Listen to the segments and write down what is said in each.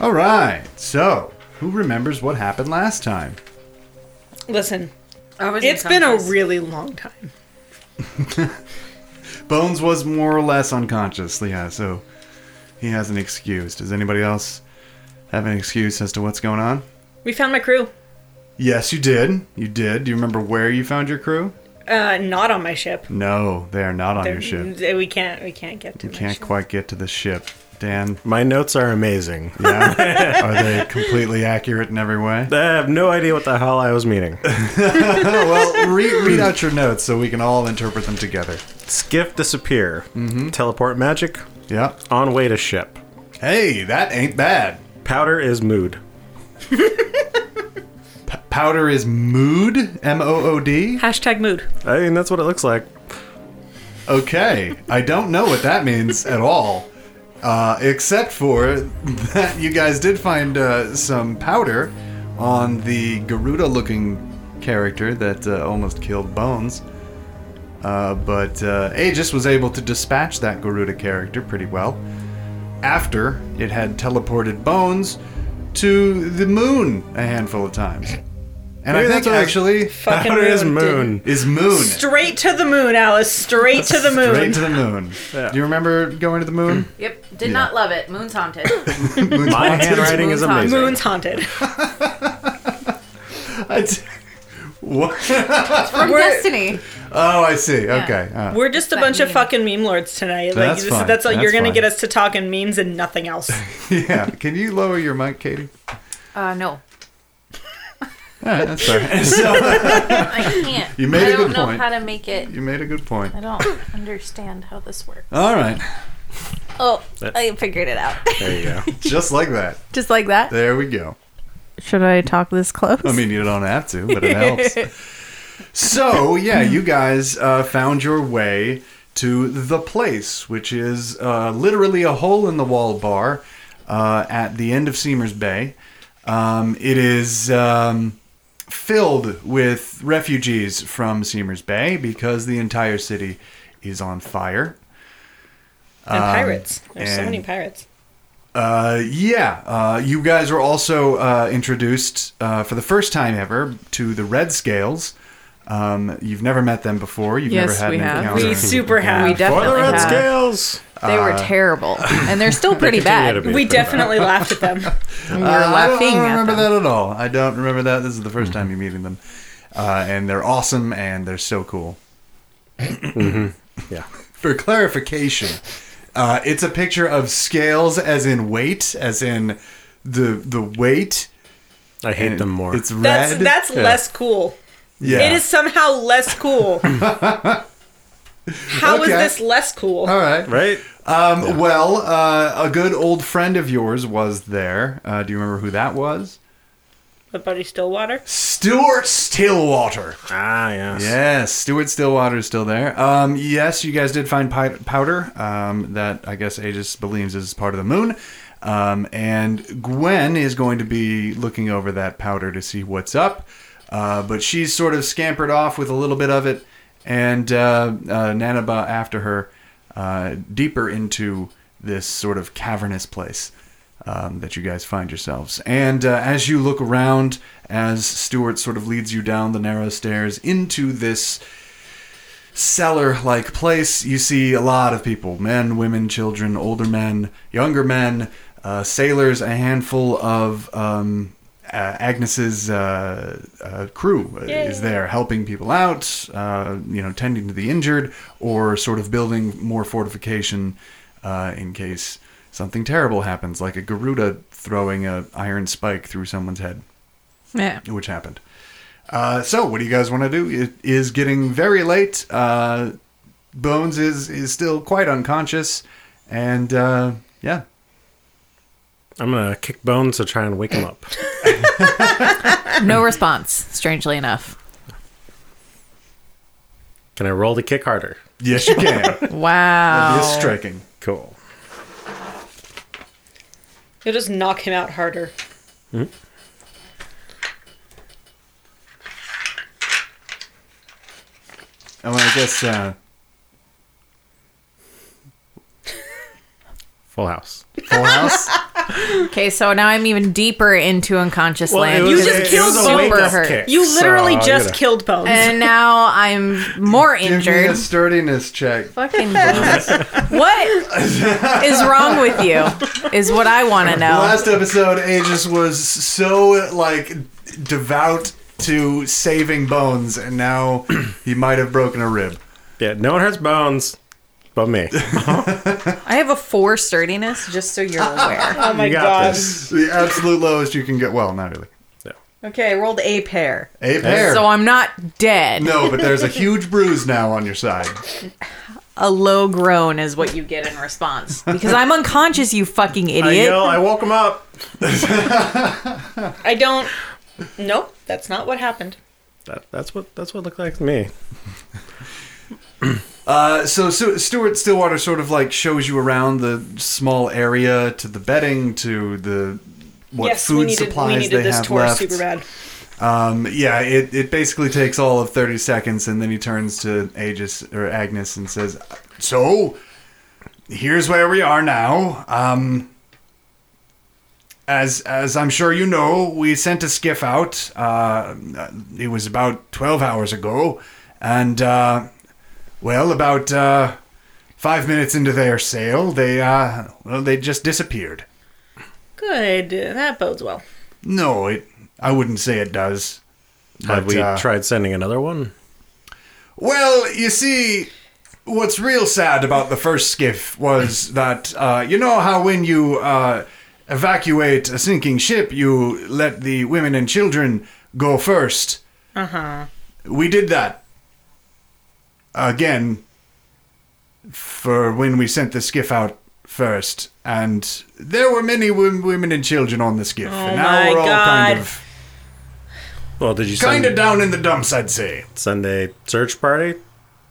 All right. So, who remembers what happened last time? Listen, I was it's been a unconscious. really long time. Bones was more or less unconscious, yeah, so he has an excuse. Does anybody else have an excuse as to what's going on? We found my crew. Yes, you did. You did. Do you remember where you found your crew? Uh, not on my ship. No, they are not on They're- your ship. they- We can't. We can't get to. You my can't ship. quite get to the ship. Dan, My notes are amazing. yeah. are they completely accurate in every way? I have no idea what the hell I was meaning. Oh, well, read, read out your notes so we can all interpret them together. Skiff disappear. Teleport magic. Yep. On way to ship. Hey, that ain't bad. Powder is mood. P- powder is mood, M O O D. Hashtag mood. I mean, that's what it looks like. Okay, I don't know what that means at all, uh, except for that you guys did find uh, some powder on the Garuda-looking character that uh, almost killed Bones. Uh, but uh, Aegis was able to dispatch that Garuda character pretty well after it had teleported Bones to the moon a handful of times. And I Maybe think that's what- actually Fucking Powder is moon, dude. moon. is moon. Straight to the moon, Alice. Straight to the moon. Straight to the moon. Yeah. Do you remember going to the moon? Yep, did not love it. Moon's haunted. Moon's My haunted. handwriting is Moon's hot. amazing. Moon's haunted. I t- what? From Destiny. Oh, I see. Okay. Uh, We're just a bunch of meme. fucking meme lords tonight. Like That's this, fine. that's all you're That's gonna fine. get us to talking memes and nothing else. yeah. Can you lower your mic, Katie? Uh, no. All right, that's fair. so, I can't. You made I a don't good know point. how to make it. you made a good point. I don't understand how this works. All right. Oh, I figured it out. There you go. Just like that. Um, Just like that. There we go. Should I talk this close? I mean, you don't have to, but it helps. So, yeah, you guys uh, found your way to the place, which is uh, literally a hole in the wall bar uh, at the end of Seamers Bay. Um, it is um, filled with refugees from Seamers Bay because the entire city is on fire. And pirates. There's so Um, and- many pirates. Uh, yeah, uh, you guys were also uh, introduced uh, for the first time ever to the Red Scales. Um, you've never met them before. You've Yes, never had we an have. encounter. We super We have. For the definitely red have. scales. They were terrible, and they're still pretty Continue to bad. be We We pretty bad. definitely laughed at them. were Uh, I don't, I laughing don't at remember them. that at all. I don't remember that. This is the 1st time you're meeting them, uh, and they're awesome and they're so cool. Yeah. For clarification, uh, it's a picture of scales as in weight, as in the the weight. I hate them more. It's red. That's that's less cool. yeah. It is somehow less cool. How is Okay. this less cool? all right. right? Um, Well, uh, a good old friend of yours was there. Uh, do you remember who that was? My buddy Stillwater. Stuart Stillwater. Ah, yes. Yes, Stuart Stillwater is still there. Um, yes, you guys did find pi- powder um, that I guess Aegis believes is part of the moon. Um, and Gwen is going to be looking over that powder to see what's up. Uh, but she's sort of scampered off with a little bit of it, and uh, uh, Nanaba after her, uh, deeper into this sort of cavernous place um, that you guys find yourselves. And uh, as you look around, as Stuart sort of leads you down the narrow stairs into this cellar like place, you see a lot of people men, women, children, older men, younger men, uh, sailors, a handful of. Um, uh, Agnes's uh, uh, crew is there helping people out, uh, you know, tending to the injured, or sort of building more fortification uh, in case something terrible happens, like a Garuda throwing a iron spike through someone's head, Yeah. which happened. Uh, so, what do you guys want to do? It is getting very late. Uh, Bones is is still quite unconscious, and uh, yeah, I'm gonna kick bones to try and wake him up. No response, strangely enough. Can I roll to kick harder? yes, you can. Wow. it's striking. Cool. You'll just knock him out harder. Oh, I guess. Uh, Full House. Full House. Okay, so now I'm even deeper into unconscious land. was- You just killed a wake-up Super hurt. kick, You so literally I just gotta- killed Bones. and now I'm more Give me a injured. sturdiness check. Fucking bones. what is wrong with you? Is what I want to know. Last episode, Aegis was so like devout to saving bones, and now he might have broken a rib. Yeah, no one hurts bones, but me. I have a four sturdiness, just so you're aware. oh my you got god. this. The absolute lowest you can get. Well, not really. Yeah. okay, I rolled a pair. A pair. So I'm not dead. no, but there's a huge bruise now on your side. A low groan is what you get in response. Because I'm unconscious, you fucking I idiot. yell, I woke him up. I don't. Nope, that's not what happened. That, that's what that's what it looked like to me. Uh, so, Su- Stuart Stillwater sort of like shows you around the small area to the bedding to the what yes, food we needed, supplies we needed they this have tour left. super bad. Um, yeah, it, it basically takes all of 30 seconds, and then he turns to Aegis or Agnes and says, So, here's where we are now. Um, as, as I'm sure you know, we sent a skiff out. Uh, it was about 12 hours ago. And, uh, well, about uh, five minutes into their sail, they, uh, well, they just disappeared. Good. uh, That bodes well. No, it, I wouldn't say it does. Have But, we uh, tried sending another one? Well, you see, what's real sad about the first skiff was that uh, you know how when you uh, evacuate a sinking ship, you let the women and children go first. Uh-huh. Uh huh. We did that again for when we sent the skiff out first, and there were many wom- women and children on the skiff. and now Oh my we're all kind God. of Well, did you kind of send, down in the dumps, I'd say. send a search party,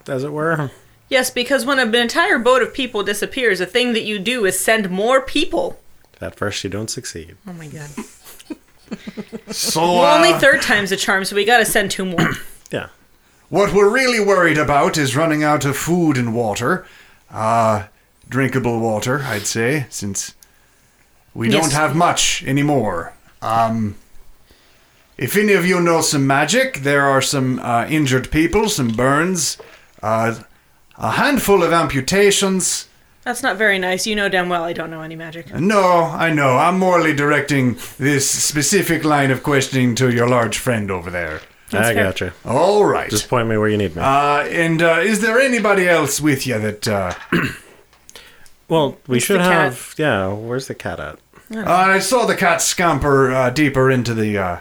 as it were? Yes, because when an entire boat of people disappears, a thing that you do is send more people. At first, you don't succeed. Oh my god. So Well, only uh, third time's a charm, so we gotta send two more. Yeah. What we're really worried about is running out of food and water. Uh, drinkable water, I'd say, since we Yes. don't have much anymore. Um, if any of you know some magic, there are some uh, injured people, some burns, uh, a handful of amputations. That's not very nice. You know damn well I don't know any magic. No, I know. I'm morally directing this specific line of questioning to your large friend over there. fair. I gotcha. All right. Just point me where you need me. Uh, and uh, is there anybody else with you that uh, well, we should the cat? have. Yeah, where's the cat at? Uh, I saw the cat scamper uh, deeper into the uh,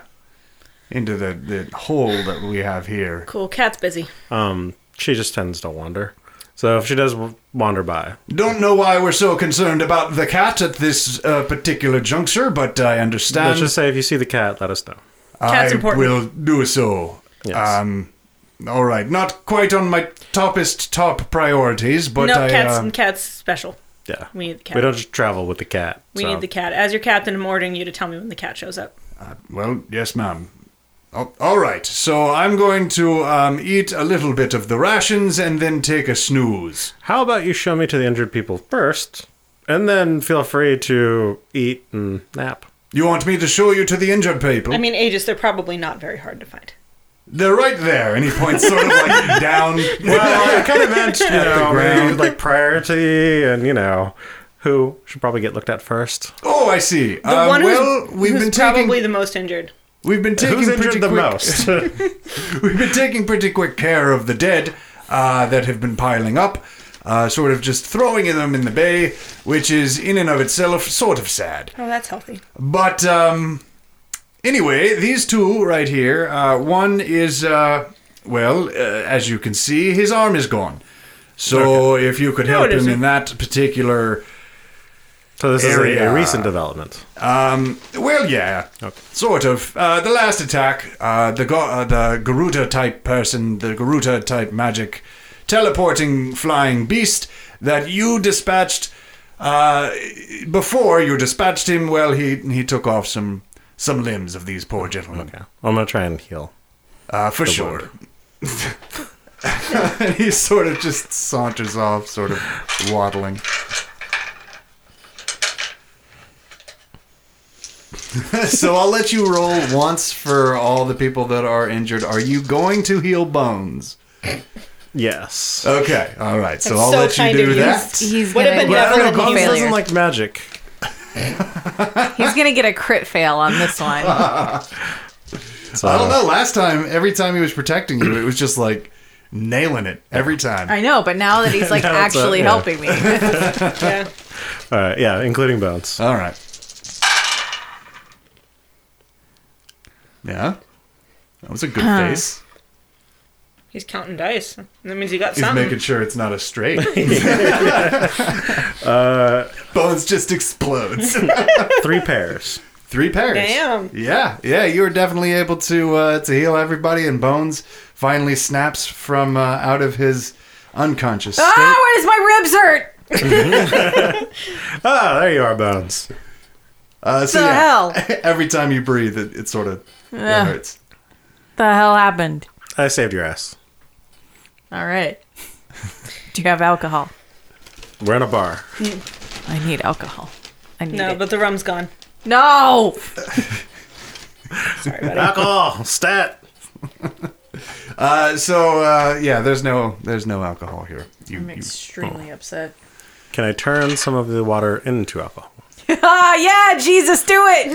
into the, the hole that we have here. Cool, cat's busy. Um, she just tends to wander. So if she does w- wander by, Don't know why we're so concerned about the cat at this uh, particular juncture, but I understand. let's just say if you see the cat, let us know. Cat's I important. will do so. Yes. Um, all right, not quite on my toppest top priorities, but no, I cat's uh, cat's special. Yeah, We need the cat. We don't just travel with the cat. We so- need the cat. As your captain, I'm ordering you to tell me when the cat shows up. well, yes, ma'am. Oh, all right, so I'm going to um, eat a little bit of the rations and then take a snooze. How about you show me to the injured people first, and then feel free to eat and nap. You want me to show you to the injured people? I mean, Aegis, they're probably not very hard to find. They're right there, and he points sort of like down. Well, I kind of meant you know maybe ground. like priority and you know who should probably get looked at first. Oh, I see. The Um, one who's, well, we've who's been taking probably the most injured. we've been taking Who's pretty injured the quick, most? We've been taking pretty quick care of the dead uh, that have been piling up, uh, sort of just throwing them in the bay, which is in and of itself sort of sad. Oh, that's healthy. But um, anyway, these two right here. Uh, one is uh, well, uh, as you can see, his arm is gone. So if you could No, help it him isn't. in that particular. so this is a, Area. a recent development. Um, well, yeah, sort of. Uh, the last attack, uh, the go- uh, the Garuda type person, the Garuda type magic, teleporting flying beast that you dispatched. Uh, before you dispatched him, well, he he took off some some limbs of these poor gentlemen. Okay, I'm gonna try and heal. Uh, for The Uh, sure. and he sort of just saunters off, sort of waddling. so I'll let you roll once for all the people that are injured. Are you going to heal bones? Yes. Okay, all right. So That's I'll so let you kind do of you. that. He's What gonna a get benevolent a critical Bones failure. doesn't like magic. He's gonna get a crit fail on this one. So, I don't know. Last time, every time he was protecting you, it was just like nailing it every time. I know, but now that he's like Now it's a- actually yeah. helping me, Yeah. All right, yeah, including bones. All right. Yeah. That was a good Uh, face. He's counting dice. That means he got He's something. making sure it's not a straight. Uh, Bones just explodes. Three pairs. Three pairs. Damn. Yeah, yeah. You were definitely able to uh, to heal everybody, and Bones finally snaps from uh, out of his unconscious state. ah, why does my ribs hurt? Ah, there you are, bones. Uh, so The yeah, hell? every time you breathe, it, it sort of it Ugh. hurts. The hell happened? I saved your ass. All right. Do you have alcohol? We're in a bar. I need alcohol. I need No, it. but the rum's gone. no. Alcohol, stat. Uh, so uh, yeah, there's no there's no alcohol here. You, I'm you- extremely upset. Can I turn some of the water into alcohol? Ah, yeah, Jesus, do it.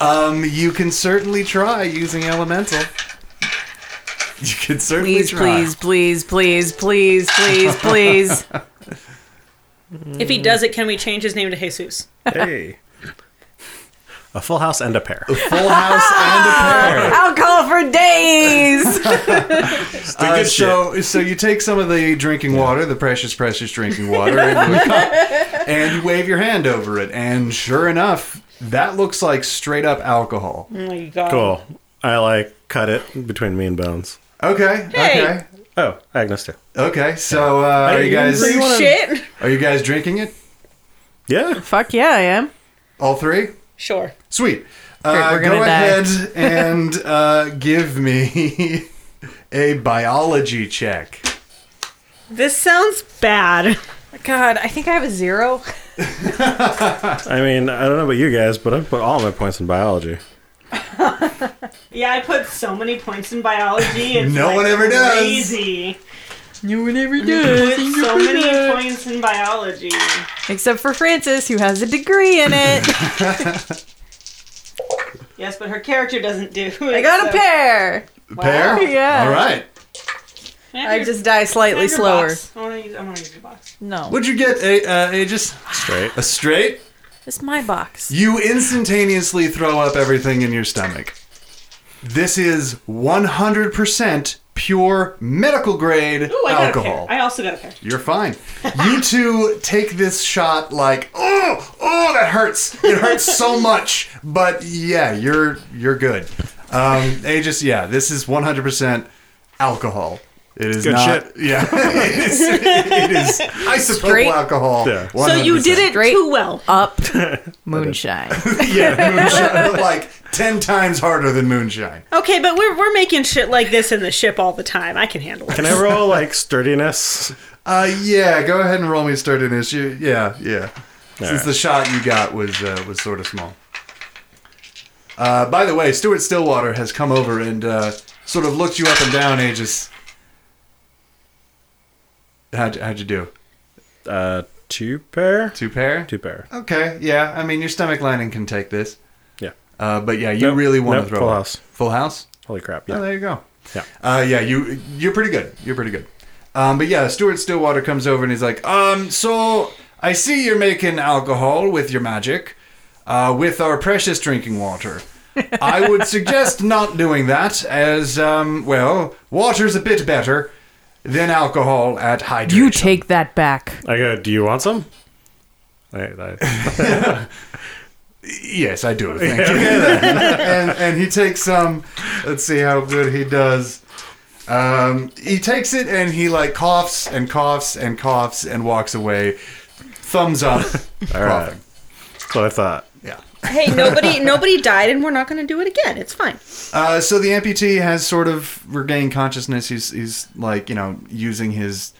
um, you can certainly try using elemental. You can certainly please, try. please, please, please, please, please, please. Mm. If he does it, can we change his name to Jesus? Hey. A full house and a pair. Full house and a pair. alcohol for days. Uh, good so, so you take some of the drinking water, the precious, precious drinking water, into a cup, and you wave your hand over it, and sure enough, that looks like straight up alcohol. Oh my god. Cool. I like cut it between me and bones. Okay, Hey. okay, Oh, Agnes too. okay. So, uh, are you guys You shit? are you guys drinking it? Yeah. Fuck yeah, I am. All three? Sure. Sweet. Great, Uh, we're go gonna die. ahead and uh, give me a biology check. This sounds bad. God, I think I have a zero. I mean, I don't know about you guys, but I put all my points in biology. Yeah, I put so many points in biology. It's No like one ever does. Crazy. You would never do it. So many points in biology. Except for Francis, who has a degree in it. Yes, but her character doesn't do. It, I got a pair. Pair? Oh, Yeah. All right. I just Can die I slightly have your slower. box? I want to use. I want to use your box. No. What'd you get, a, uh, Aegis? Straight. A straight? It's my box. You instantaneously throw up everything in your stomach. This is 100% pure medical grade Ooh, I got alcohol. a pair. I also got a pair. You're fine. you two take this shot like, oh, oh, that hurts. It hurts so much. But yeah, you're you're good. Um, Aegis, yeah, this is 100% alcohol. It is Good not. shit. Yeah, it is. It is isopropyl Straight- alcohol. Yeah. So you 100%. did it Great. too well. Up moonshine. yeah, moonshine, like ten times harder than moonshine. Okay, but we're we're making shit like this in the ship all the time. I can handle it. Can I roll like sturdiness? Uh, yeah, go ahead and roll me starting issue. Yeah, yeah. Since right. the shot you got was uh, was sort of small. Uh, by the way, Stuart Stillwater has come over and uh, sort of looked you up and down, Aegis. How'd, how'd you do? Uh, two pair. Two pair? Two pair. Okay, yeah. I mean, your stomach lining can take this. Yeah. Uh, but yeah, you Nope, really want nope, to throw full up. house. Full house? Holy crap! Oh, Yeah. there you go. Yeah. Uh, yeah, you you're pretty good. You're pretty good. Um, but yeah, Stuart Stillwater comes over and he's like, um, so I see you're making alcohol with your magic, uh, with our precious drinking water. I would suggest not doing that, as um, well, water's a bit better than alcohol at hydration. You take that back. I go. Do you want some? I, I, Yes, I do. Thank you. and, and he takes um. Let's see how good he does. Um, he takes it and he like coughs and coughs and coughs and walks away. Thumbs up. all right. That's what I thought. Yeah. Hey, nobody nobody died, and we're not going to do it again. It's fine. Uh, so the amputee has sort of regained consciousness. He's he's like you know using his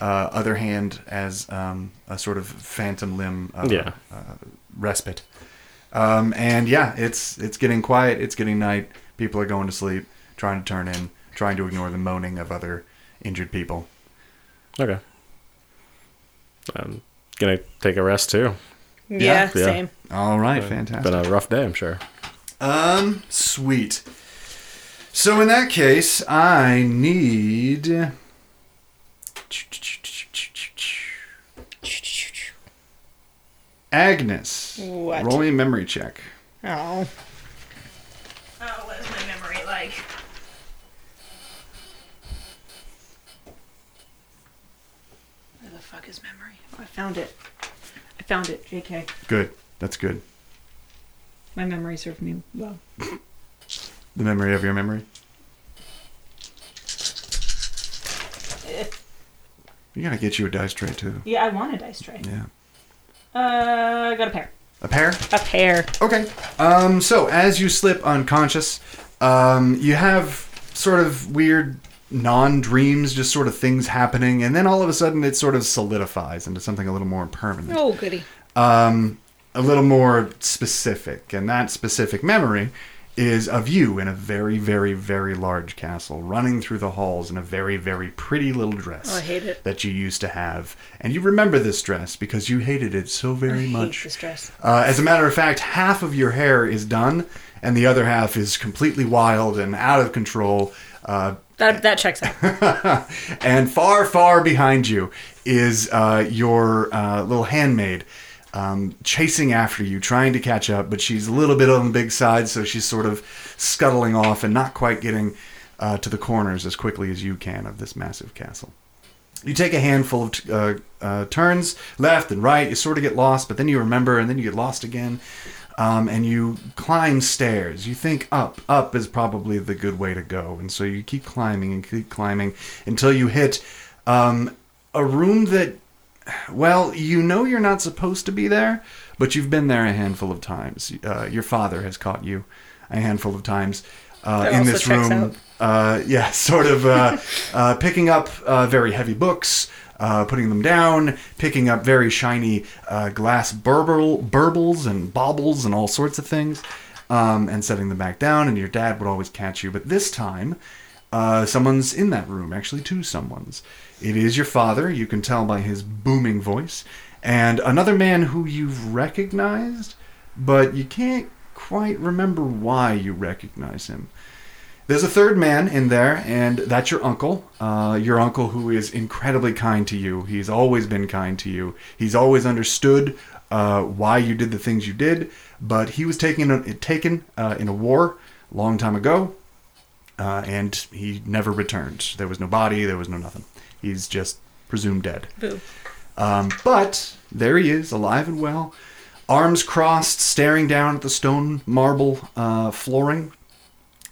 uh, other hand as um, a sort of phantom limb uh, Yeah. uh, respite. Um, and yeah, it's it's getting quiet. It's getting night. People are going to sleep, trying to turn in, trying to ignore the moaning of other injured people. Okay. I'm Um, gonna take a rest too. Yeah, yeah. same. All right, Been fantastic. a rough day, I'm sure. Um, sweet. So in that case, I need. Agnes, What? roll me a memory check. Oh, Oh, what is my memory like? where the fuck is memory? Oh, I found it. I found it. Jk, Good, that's good. my memory served me well. The memory of your memory. You gotta get you a dice tray too. Yeah, I want a dice tray. Yeah, Uh, I got a pair. a pair. A pair. Okay. Um, so as you slip unconscious, um, you have sort of weird non-dreams, just sort of things happening, and then all of a sudden it sort of solidifies into something a little more permanent Oh, goody. um, a little more specific, and that specific memory is of you in a very, very, very large castle, running through the halls in a very, very pretty little dress Oh, I hate it. that you used to have, and you remember this dress because you hated it so very hate much. this dress. Uh, as a matter of fact, half of your hair is done, and the other half is completely wild and out of control. Uh, That that checks out. and far, far behind you is uh, your uh, little handmaid um, chasing after you, trying to catch up, but she's a little bit on the big side, so she's sort of scuttling off and not quite getting uh, to the corners as quickly as you can of this massive castle. You take a handful of t- uh, uh, turns left and right. You sort of get lost, but then you remember, and then you get lost again. Um, and you climb stairs. You think up. Up is probably the good way to go. And so you keep climbing and keep climbing until you hit um, a room that, well, you know you're not supposed to be there, but you've been there a handful of times. Uh, your father has caught you a handful of times uh, That in also this checks room out. uh, yeah, sort of uh, uh, picking up uh, very heavy books, uh, putting them down, picking up very shiny uh, glass burble, burbles and baubles and all sorts of things, um, and setting them back down. And your dad would always catch you. But this time, uh, someone's in that room, actually, two someone's. It is your father, you can tell by his booming voice, and another man who you've recognized, but you can't quite remember why you recognize him. There's a third man in there, and that's your uncle. Uh, your uncle who is incredibly kind to you. He's always been kind to you. He's always understood uh, why you did the things you did, but he was taken taken uh, in a war a long time ago, uh, and he never returned. There was no body. There was no nothing. He's just presumed dead. Boo. Um, but there he is, alive and well, arms crossed, staring down at the stone marble uh, flooring,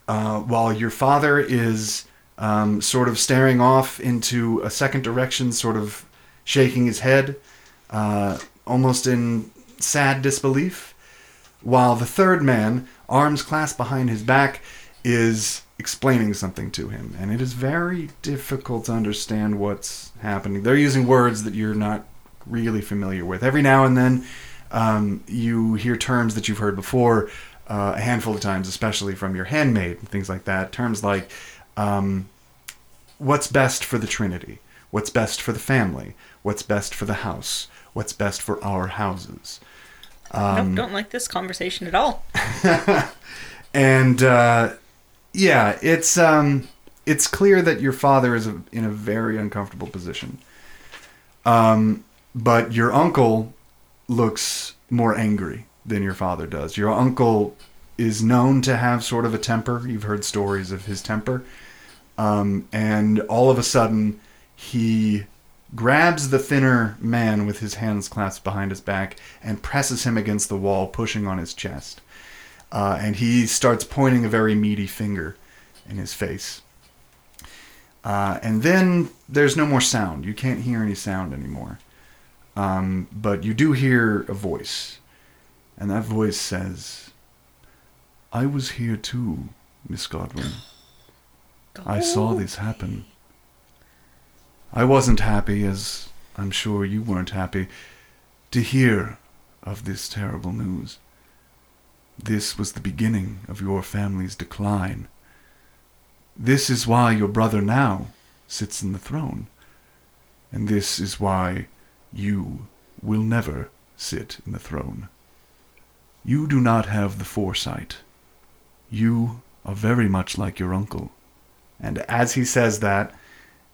uh, while your father is um, sort of staring off into a second direction, sort of shaking his head, uh, almost in sad disbelief, while the third man, arms clasped behind his back, is explaining something to him. And it is very difficult to understand what's happening. They're using words that you're not really familiar with. Every now and then, um, you hear terms that you've heard before uh, a handful of times, especially from your handmaid and things like that. Terms like um, what's best for the Trinity, what's best for the family, what's best for the house, what's best for our houses. nope, don't like this conversation at all. and uh, yeah, it's um, it's clear that your father is a, in a very uncomfortable position. Um, but your uncle looks more angry than your father does. Your uncle is known to have sort of a temper. You've heard stories of his temper, um, and all of a sudden he grabs the thinner man with his hands clasped behind his back and presses him against the wall, pushing on his chest uh, and he starts pointing a very meaty finger in his face. Uh, and then there's no more sound. You can't hear any sound anymore. Um, but you do hear a voice. and that voice says, I was here too, Miss Godwin. I saw this happen. I wasn't happy, as I'm sure you weren't happy, to hear of this terrible news. This was the beginning of your family's decline. This is why your brother now sits in the throne. And this is why you will never sit in the throne. You do not have the foresight. You are very much like your uncle. And as he says that,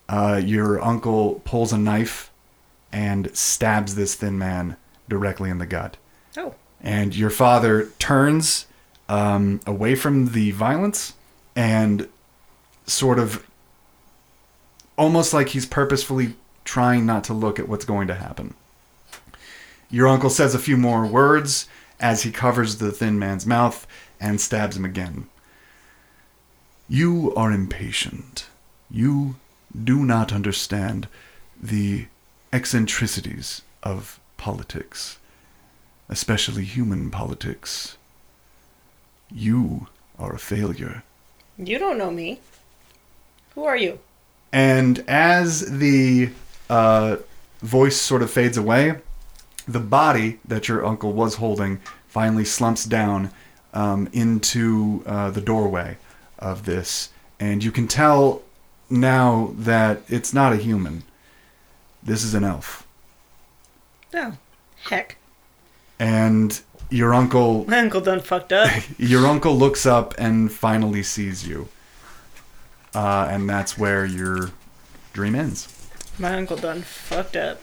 uh, your uncle pulls a knife and stabs this thin man directly in the gut. Oh. And your father turns um, away from the violence and sort of almost like he's purposefully trying not to look at what's going to happen. Your uncle says a few more words as he covers the thin man's mouth and stabs him again. You are impatient. You do not understand the eccentricities of politics, especially human politics. You are a failure. You don't know me. Who are you? And as the uh, voice sort of fades away, the body that your uncle was holding finally slumps down um, into uh, the doorway of this. And you can tell now that it's not a human. This is an elf. Oh. Heck. And your uncle My uncle done fucked up. your uncle looks up and finally sees you. Uh, and that's where your dream ends. My uncle done fucked up.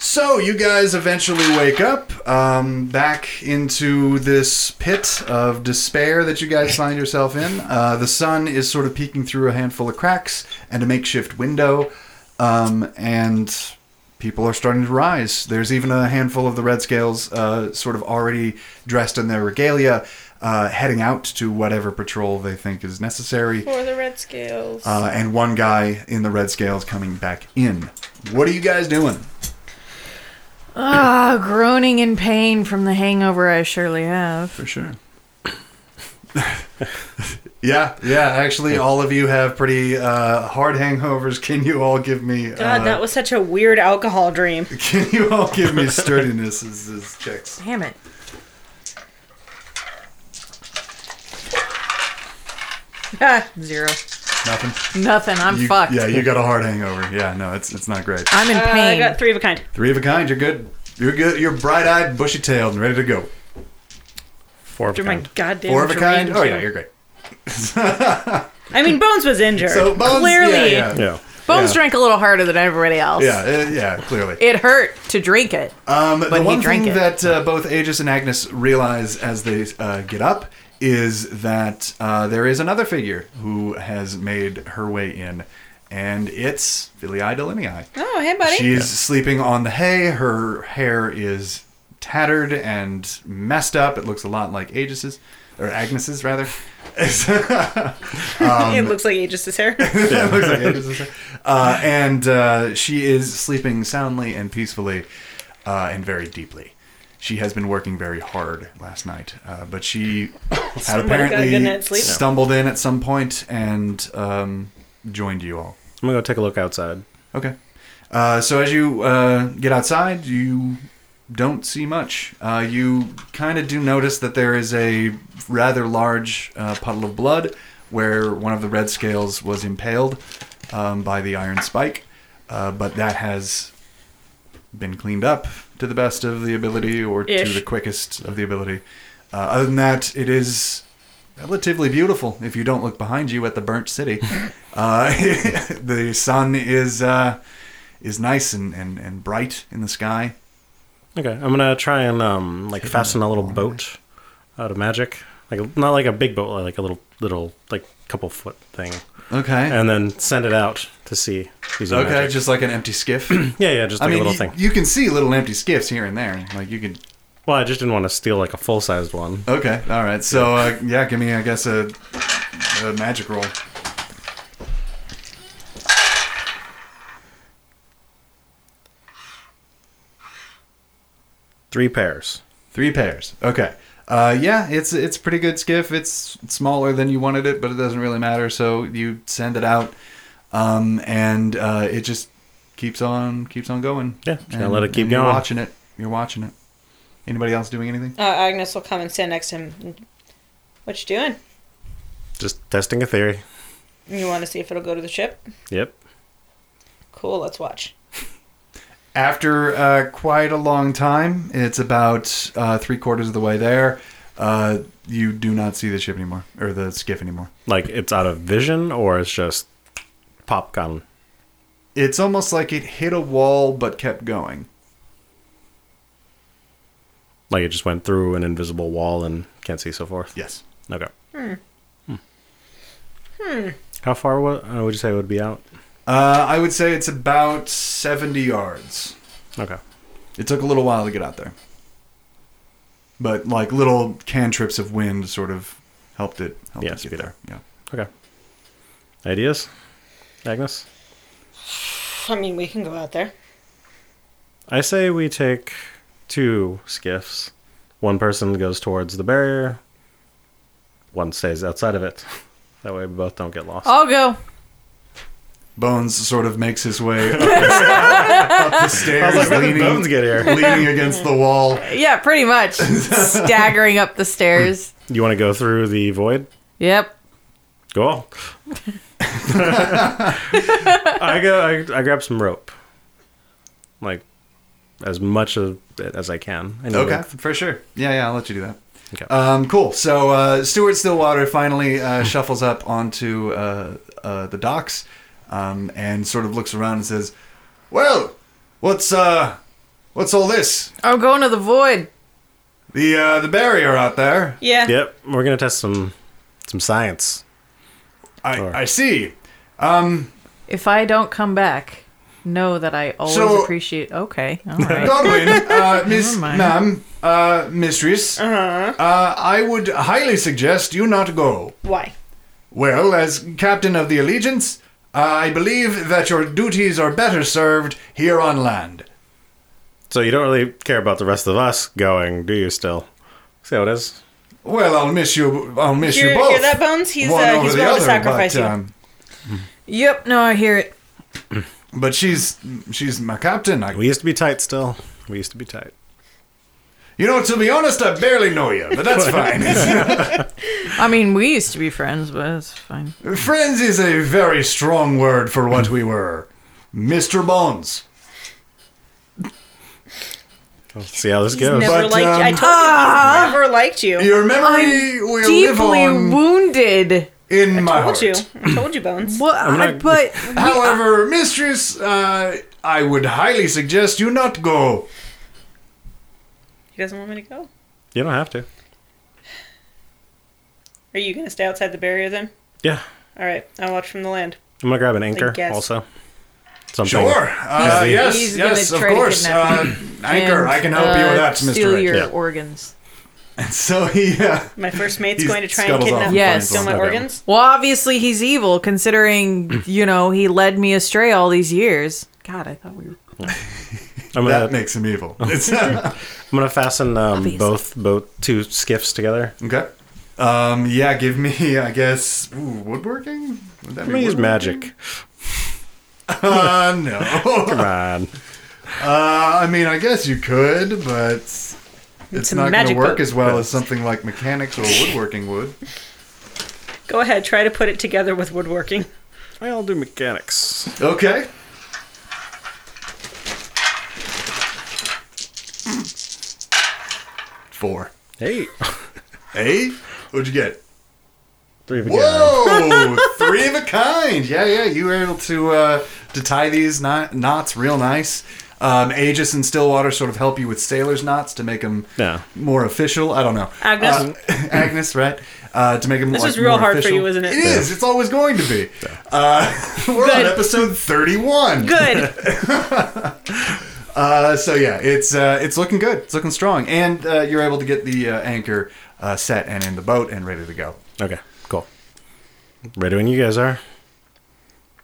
So you guys eventually wake up um, back into this pit of despair that you guys find yourself in. Uh, the sun is sort of peeking through a handful of cracks and a makeshift window, um, and people are starting to rise. There's even a handful of the red scales, uh, sort of already dressed in their regalia, uh, heading out to whatever patrol they think is necessary. For the red scales. Uh, and one guy in the red scales coming back in. What are you guys doing? Ah, groaning in pain from the hangover I surely have. For sure. yeah, yeah. Actually, all of you have pretty uh, hard hangovers. Can you all give me? God, uh, that was such a weird alcohol dream. Can you all give me sturdiness as, as checks? Damn it. Ah, zero. Nothing. Nothing. I'm You- fucked. Yeah, you got a hard hangover. Yeah, no, it's it's not great. I'm in Uh, I pain. got three of a kind. Three of a kind. You're good. You're good. You're bright-eyed, bushy-tailed, and ready to go. Four of a Through my kind. goddamn Four of a dream, kind. Oh too. yeah, you're great. I mean, Bones was injured. So bones. Clearly. Yeah, yeah, Yeah. Bones yeah. drank a little harder than everybody else. yeah, uh, yeah clearly. It hurt to drink it. Um, the he one drank thing it. that uh, both Aegis and Agnes realize as they uh, get up is that uh, there is another figure who has made her way in, and it's Filii Delinei. Oh, hey, buddy. She's sleeping on the hay. Her hair is tattered and messed up. It looks a lot like Aegis's, or Agnes's rather. it looks like Aegis' hair. It looks like Aegis's hair. Uh, and uh, she is sleeping soundly and peacefully uh, and very deeply. She has been working very hard last night, uh, but she had Somebody got a good night's apparently sleep. stumbled in at some point and um, joined you all. I'm gonna go take a look outside. Okay. Uh, so as you uh, get outside, you don't see much. Uh, you kind of do notice that there is a rather large uh, puddle of blood where one of the red scales was impaled um, by the iron spike, uh, but that has been cleaned up to the best of the ability or to Ish. the quickest of the ability. Uh, other than that, it is relatively beautiful if you don't look behind you at the burnt city. Uh, the sun is uh, is nice and, and, and bright in the sky. Okay, I'm gonna try and um like fasten a little boat out of magic, like not like a big boat, like a little little like couple foot thing, Okay. and then send it out to sea using okay, magic. just like an empty skiff. yeah, yeah, just I like mean, a little you, thing. you can see little empty skiffs here and there. Like you can. Well, I just didn't want to steal like a full sized one. Okay, all right. So uh, yeah, give me I guess a, a magic roll. Three pairs. Three pairs. Okay. Uh, yeah, it's it's a pretty good skiff. It's smaller than you wanted it, but it doesn't really matter. So you send it out, um, and uh, it just keeps on keeps on going. Yeah, just gotta And- let it keep and you're going. watching it. You're watching it. Anybody else doing anything? Uh, Agnes will come and stand next to him. What you doing? Just testing a theory. You want to see if it'll go to the ship? Yep. Cool. Let's watch. After uh, quite a long time, it's about uh, three quarters of the way there. Uh, you do not see the ship anymore or the skiff anymore. Like it's out of vision or it's just pop gun. It's almost like it hit a wall but kept going. Like it just went through an invisible wall and can't see so forth. Yes. Okay. Hmm. How far wa- uh, would you say it would be out? Uh, I would say it's about 70 yards. Okay. It took a little while to get out there. But like little cantrips of wind sort of helped it helped Yeah, it speed get up. there. Yeah. Okay. Ideas, Agnes. I mean, we can go out there. I say we take two skiffs. One person goes towards the barrier. One stays outside of it. That way, we both don't get lost. I'll go. Bones sort of makes his way up the, up the I stairs, was like, how did leaning, bones get here? leaning against the wall. Yeah, pretty much. Staggering up the stairs. You want to go through the void? Yep. Go. on. I go. I, I grab some rope, like as much of it as I can. I need Okay, rope. for sure. Yeah, yeah, I'll let you do that. Okay. Um, cool. So uh, Stuart Stillwater finally uh, shuffles up onto uh, uh, the docks um, and sort of looks around and says, "Well, what's uh, what's all this? I'm going to the void. The uh, the barrier out there. Yeah. Yep. We're gonna test some some science. I Sure. I see. If I don't come back, know that I always So- appreciate. Okay. All right. Godwin, uh, Miss Never mind. Ma'am, uh, Mistress. Uh-huh. Uh, I would highly suggest you not go." Why? Well, as captain of the Allegiance, uh, I believe that your duties are better served here on land. So you don't really care about the rest of us going, do you? Still. See how it is. Well, I'll miss you. I'll miss Hear- you both. hear that, Bones? He's, One uh, over he's the willing to other, sacrifice but, you. Um, Yep. No, I hear it. but she's she's my captain. I, We used to be tight. Still. We used to be tight. you know, to be honest, I barely know you, but that's fine. I mean, we used to be friends, but it's fine. Friends is a very strong word for what we were, Mister Bones. We'll see how this He's goes. never But, liked you. I um, told you, he's never liked you. Your memory will live Deeply on wounded. in my I heart. told you. I told you, Bones. Well, I, not- but However, mistress, uh, I would highly suggest you not go. He doesn't want me to go. you don't have to. Are you going to stay outside the barrier then? Yeah. All right. I'll watch from the land. I'm gonna grab an anchor guess. also. Something. Sure. Uh, He's yes, gonna yes, of try to course. kidnap Uh, anchor, And, I can help you uh, with that, Mr. Steal Rick. your Yeah. organs. So he, uh, My first mate's He's going to try and scuttles off kidnap and Yes. and steal my Okay. organs. Well, obviously he's evil, considering you know he led me astray all these years. God, I thought we were. I'm gonna that makes him evil. It's- I'm gonna fasten um, Obviously. both both two skiffs together. okay. Um, yeah, give me, I guess, ooh, woodworking? Would that I'm gonna use woodworking? magic. Uh, no. Come on. uh, I mean, I guess you could, but it's, It's a not going to magic work boat. as well as something like mechanics or woodworking would. Go ahead. Try to put it together with woodworking. I'll do mechanics. Okay. Four. Hey. Hey, what'd you get? Three of a kind. Whoa, three of a kind. Yeah, yeah, you were able to uh, to tie these knot- knots real nice. Um, Aegis and Stillwater sort of help you with sailors' knots to make them Yeah. more official. I don't know. Agnes. Uh, Agnes, right? Uh, to make them This like, is real more hard for official. you, isn't it? It is. It's always going to be. Uh, we're on Good. episode 31. Good. Uh, so yeah, it's uh, it's looking good. It's looking strong, and uh, you're able to get the uh, anchor uh, set and in the boat and ready to go. Okay. Cool. Ready when you guys are,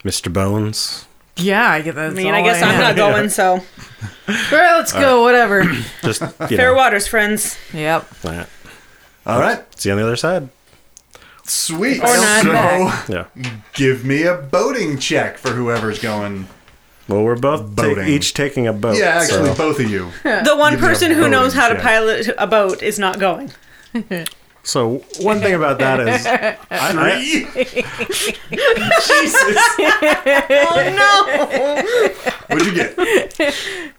Mister Bones. Yeah, I get that. I mean, I guess I'm not going, so. All right, let's go. Whatever. Just you Fair know, waters, friends. yep. that. All right. See you on the other side. Sweet. Or not. So Yeah. give me a boating check for whoever's going. Well, we're both ta- Boating. each taking a boat. Yeah, actually, Oh, so- both of you. The one Give me a person who boating knows how to check. pilot a boat is not going. So one thing about that is, I, I, Jesus. Oh, What'd you get?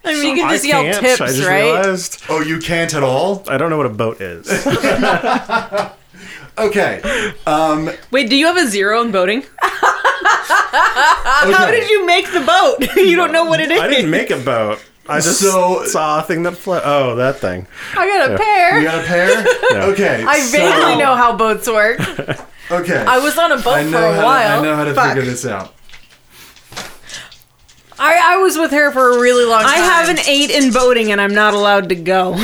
I mean, you can I just yell can't. tips, I just right? realized Oh, you can't at all? I don't know what a boat is. Okay. Wait, do you have a zero in boating? Okay. How did you make the boat? you don't know what it is. I didn't make a boat. I just So- saw a thing that floated. Oh, that thing. I got a pair. You got a pair? Yeah. Okay. I so- vaguely know how boats work. Okay. I was on a boat I for know a how while. To, I know how to Fuck. figure this out. I, I was with her for a really long time. I have an eight in boating and I'm not allowed to go.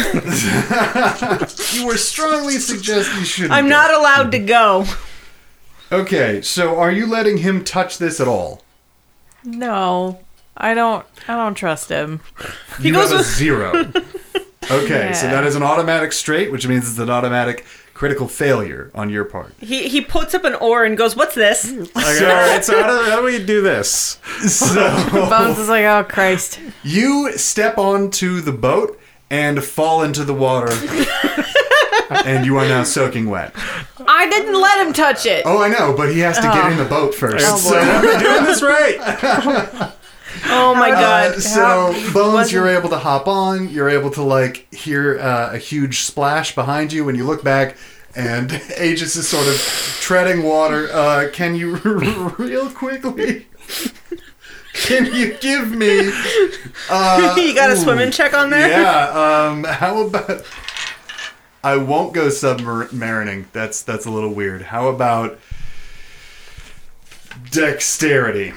You were strongly suggesting you shouldn't. I'm go. not allowed to go. Okay, so are you letting him touch this at all? No, I don't. I don't trust him. He you goes have a with- zero. Okay, so Yeah. that is an automatic straight, which means it's an automatic critical failure on your part. He he puts up an oar and goes, "What's this?" Mm. Okay, all right, so how do, how do we do this? So Bones is like, oh Christ. you step onto the boat and fall into the water, and you are now soaking wet. I didn't let him touch it. Oh, I know, but he has to get in the boat first. So am I doing this right? Oh my god. Uh, so bones you're able to hop on you're able to like hear uh, a huge splash behind you when you look back and aegis is sort of treading water uh, can you real quickly can you give me you got a swimming check on there? yeah um how about i won't go submarining that's that's a little weird how about dexterity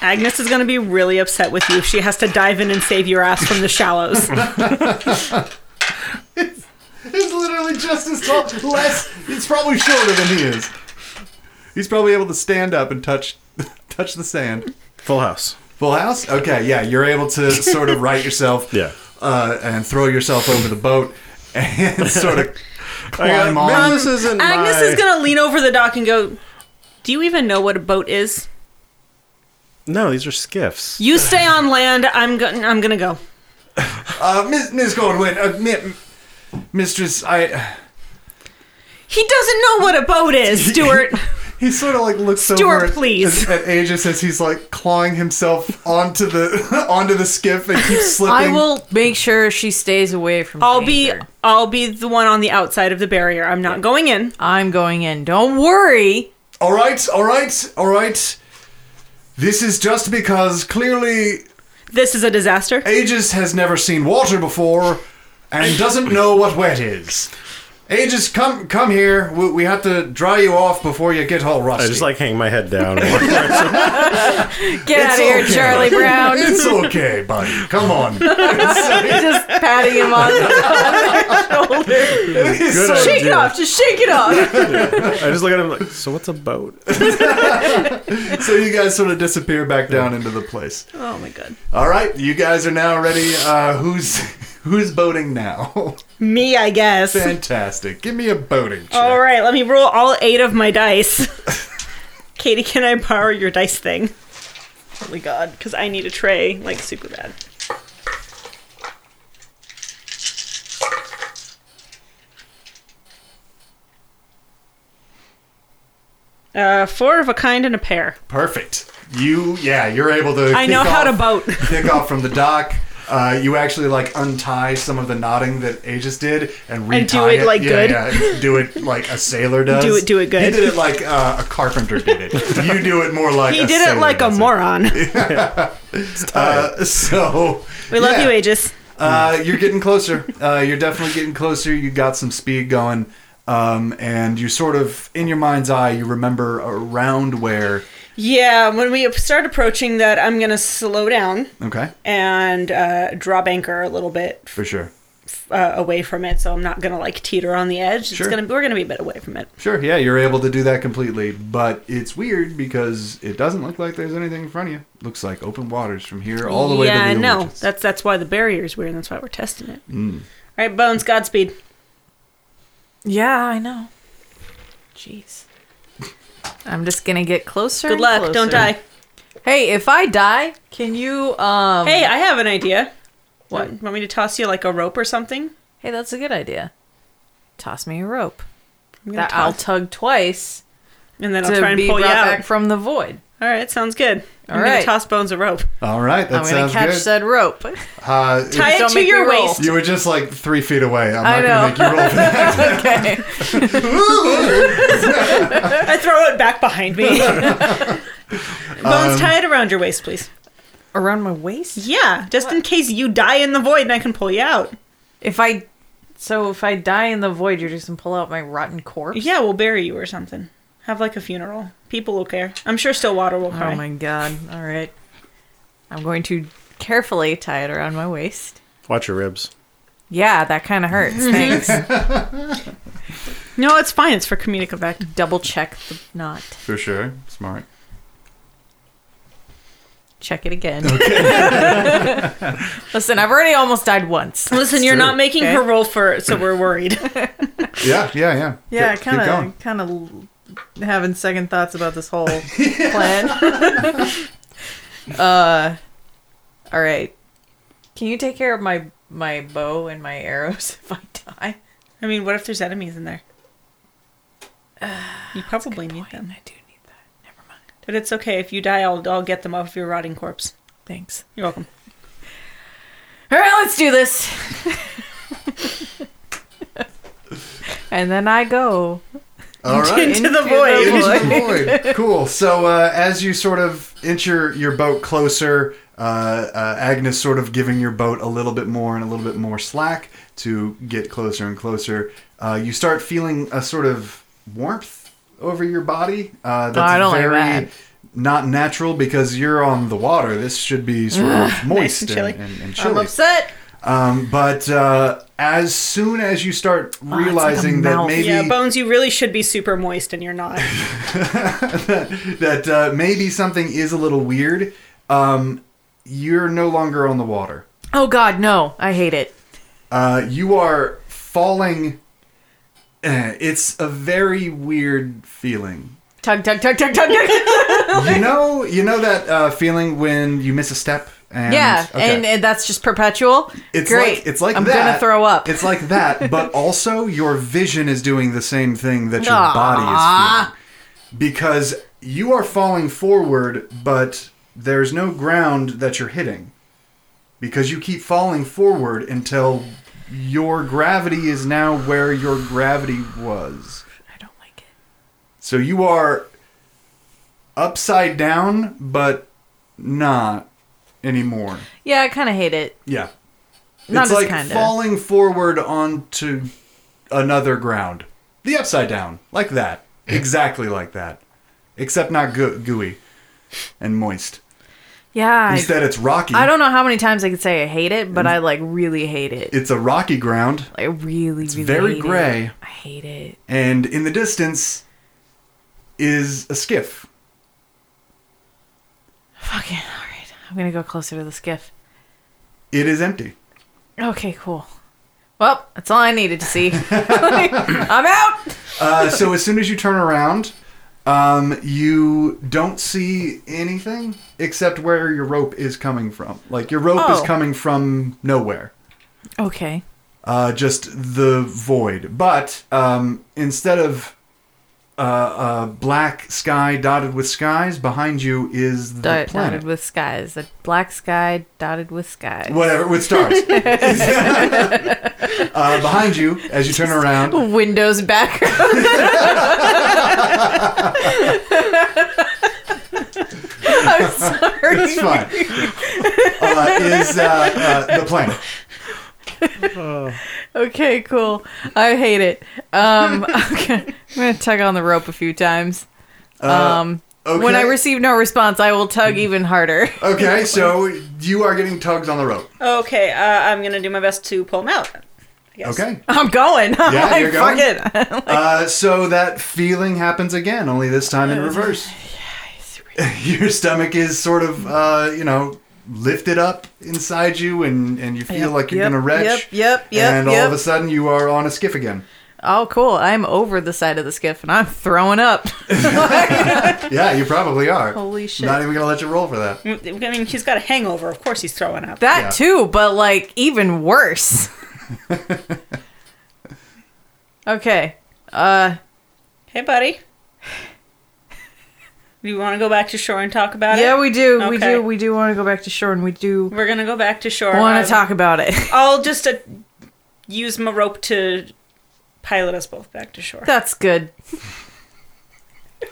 Agnes is going to be really upset with you if she has to dive in and save your ass from the shallows. He's literally just as tall. Less. He's probably shorter than he is. He's probably able to stand up and touch, touch the sand. Full house. Full house. Okay, yeah, you're able to sort of right yourself. Yeah. Uh, and throw yourself over the boat and sort of climb Maybe on. this isn't Agnes my- is going to lean over the dock and go, "Do you even know what a boat is? No, these are skiffs. You stay on land. I'm going I'm going to go." Uh, Miss, Miss Goldwyn, uh, mi- Mistress, I. He doesn't know what a boat is, Stuart. He sort of like looks Stuart, over at- please. at, at Aegis as he's like clawing himself onto the onto the skiff and keeps slipping. I will make sure she stays away from. I'll be danger. I'll be the one on the outside of the barrier. I'm not going in. I'm going in. Don't worry. All right, all right, all right. This is just because clearly This is a disaster. Aegis has never seen water before and doesn't know what wet is. Aegis, come come here. We, we have to dry you off before you get all rusty. I just like hang my head down. Get It's out of here, okay. Charlie Brown. It's okay, buddy. Come on. just patting him on the shoulder. It's Good so- idea. Shake it off. Just shake it off. I just look at him like, so what's a boat? so you guys sort of disappear back down into the place. Oh my god. All right, you guys are now ready. Uh, who's who's boating now? Me, I guess. Fantastic. Give me a boating check. All right, let me roll all eight of my dice. Katie, can I borrow your dice thing? Holy God, because I need a tray like super bad. Uh, four of a kind and a pair. Perfect. You, yeah, you're able to. I kick know how to off- boat. Kick off from the dock. Uh, you actually like untie some of the knotting that Aegis did and retie And do it, like, yeah, good. Yeah, do it like a sailor does. Do it- do it good. He did it like uh, a carpenter did it. You do it more like He a did it sailor like a does moron. Uh, so We love yeah. you, Aegis. Uh, you're getting closer. Uh, you're definitely getting closer. You got some speed going, um, and you sort of, in your mind's eye, you remember around where. Yeah, when we start approaching that, I'm gonna slow down Okay, and uh, drop anchor a little bit for sure. uh, away from it, so I'm not gonna like teeter on the edge. Sure. It's gonna we're gonna be a bit away from it. Sure, yeah, you're able to do that completely, but it's weird because it doesn't look like there's anything in front of you. Looks like open waters from here all the way yeah, to the I know. Illusions. That's that's why the barrier's weird. and That's why we're testing it. Mm. All right, Bones, Godspeed. Yeah, I know. Jeez. I'm just gonna get closer. Good and luck. Don't closer. die. Hey, if I die, can you? Um. Hey, I have an idea. What? Want want me to toss you like a rope or something? Hey, that's a good idea. Toss me a rope. I'm gonna That I'll toss- tug twice and then I'll to try and be pull brought you out. back from the void. All right, sounds good. I'm All gonna right. toss Bones a rope. All right, that I'm gonna sounds catch good. said rope. Uh, it- Tie it don't to make your me roll. waist. you were just like three feet away. I'm I not going to make you know. roll for that. okay. I throw it back behind me. Um, Bones, tie it around your waist, please. Around my waist. Yeah, just in case you die in the void and I can pull you out. If I, so if I die in the void, you're just gonna pull out my rotten corpse. Yeah, we'll bury you or something. Have like a funeral. People will care. I'm sure Stillwater will cry. Oh my god. All right. I'm going to carefully tie it around my waist. Watch your ribs. Yeah, that kind of hurts. Thanks. No, it's fine. It's for comedic effect. Double check the knot. For sure. Smart. Check it again. Listen, I've already almost died once. Listen, you're true. not making Okay. her roll for it, so we're worried. Yeah, yeah, yeah. Yeah, Keep- keep kind going. of, kind of having second thoughts about this whole plan. uh, all right. Can you take care of my my bow and my arrows if I die? I mean, what if there's enemies in there? You probably need Wait, them. I do need that. Never mind. But it's okay. If you die, I'll, I'll get them off of your rotting corpse. Thanks. You're welcome. All right, let's do this. and then I go. All right. Into the Into the void. void. Into the void. Cool. So uh, as you sort of inch your, your boat closer, uh, uh, Agnes sort of giving your boat a little bit more and a little bit more slack to get closer and closer. Uh, you start feeling a sort of warmth over your body. Uh, that's Oh, I don't like very that. not natural because you're on the water. This should be sort of moist and and, chilly. and, and, I'm chilly. upset. Um, but uh, as soon as you start Oh, like a realizing that mouth. maybe Yeah, Bones, you really should be super moist, and you're not. that uh, maybe something is a little weird. Um, you're no longer on the water. Oh God, no! I hate it. Uh, you are falling. Eh, It's a very weird feeling. Tug, tug, tug, tug, tug, tug. You know, you know that uh, feeling when you miss a step. And, yeah, okay. and, and that's just perpetual. it's Great. like it's like I'm that. gonna throw up. It's like that, but also your vision is doing the same thing that your Aw. body is feeling. because you are falling forward, but there's no ground that you're hitting because you keep falling forward until your gravity is now where your gravity was. I don't like it. So you are upside down, but not anymore. Yeah, I kind of hate it. Yeah. Not it's just like kinda. falling forward onto another ground. The upside down. Like that. Exactly like that. Except not goo- gooey and moist. Yeah, I, Instead, it's rocky. I don't know how many times I could say I hate it, but I like really hate it. It's a rocky ground, I really, really very hate it. gray. I hate it. and in the distance is a skiff. Fucking all right. I'm gonna go closer to the skiff. It is empty. Okay, cool. Well, that's all I needed to see. I'm out. Uh, so as soon as you turn around, um, you don't see anything except where your rope is coming from. Like your rope is Oh. coming from nowhere. Okay. uh, just the void. But um, instead of uh, uh, black sky dotted with skies, behind you is the Dot, planet. dotted with skies. A black sky dotted with skies. Whatever, with stars. uh, behind you, as you turn around, Windows background. I'm sorry. it's fine. Uh, is uh, uh, the planet? Okay, cool. I hate it. Um, okay. I'm gonna tug on the rope a few times. Um, Uh, Okay. Hmm. when I receive no response, I will tug even harder. okay, so you are getting tugs on the rope. okay, uh, I'm gonna do my best to pull him out. I guess. Okay. I'm going. I'm Yeah, like, you're going? fuck it. Uh, so that feeling happens again, only this time in reverse. Your stomach is sort of, uh, you know, lifted up inside you, and, and you feel Yep, like you're yep, going to retch. yep, yep, yep, And all of a yep. sudden, you are on a skiff again. oh, cool. I'm over the side of the skiff and I'm throwing up. Yeah, you probably are. Holy shit. Not even going to let you roll for that. Mm, I mean, he's got a hangover. Of course, he's throwing up. That Yeah. too, but like even worse. okay. Uh hey, buddy. You want to go back to shore and talk about it? yeah, we do. We Okay. do. We do want to go back to shore and we do We're gonna go back to shore. want Um, to talk about it. I'll just uh, use my rope to pilot us both back to shore. That's good. All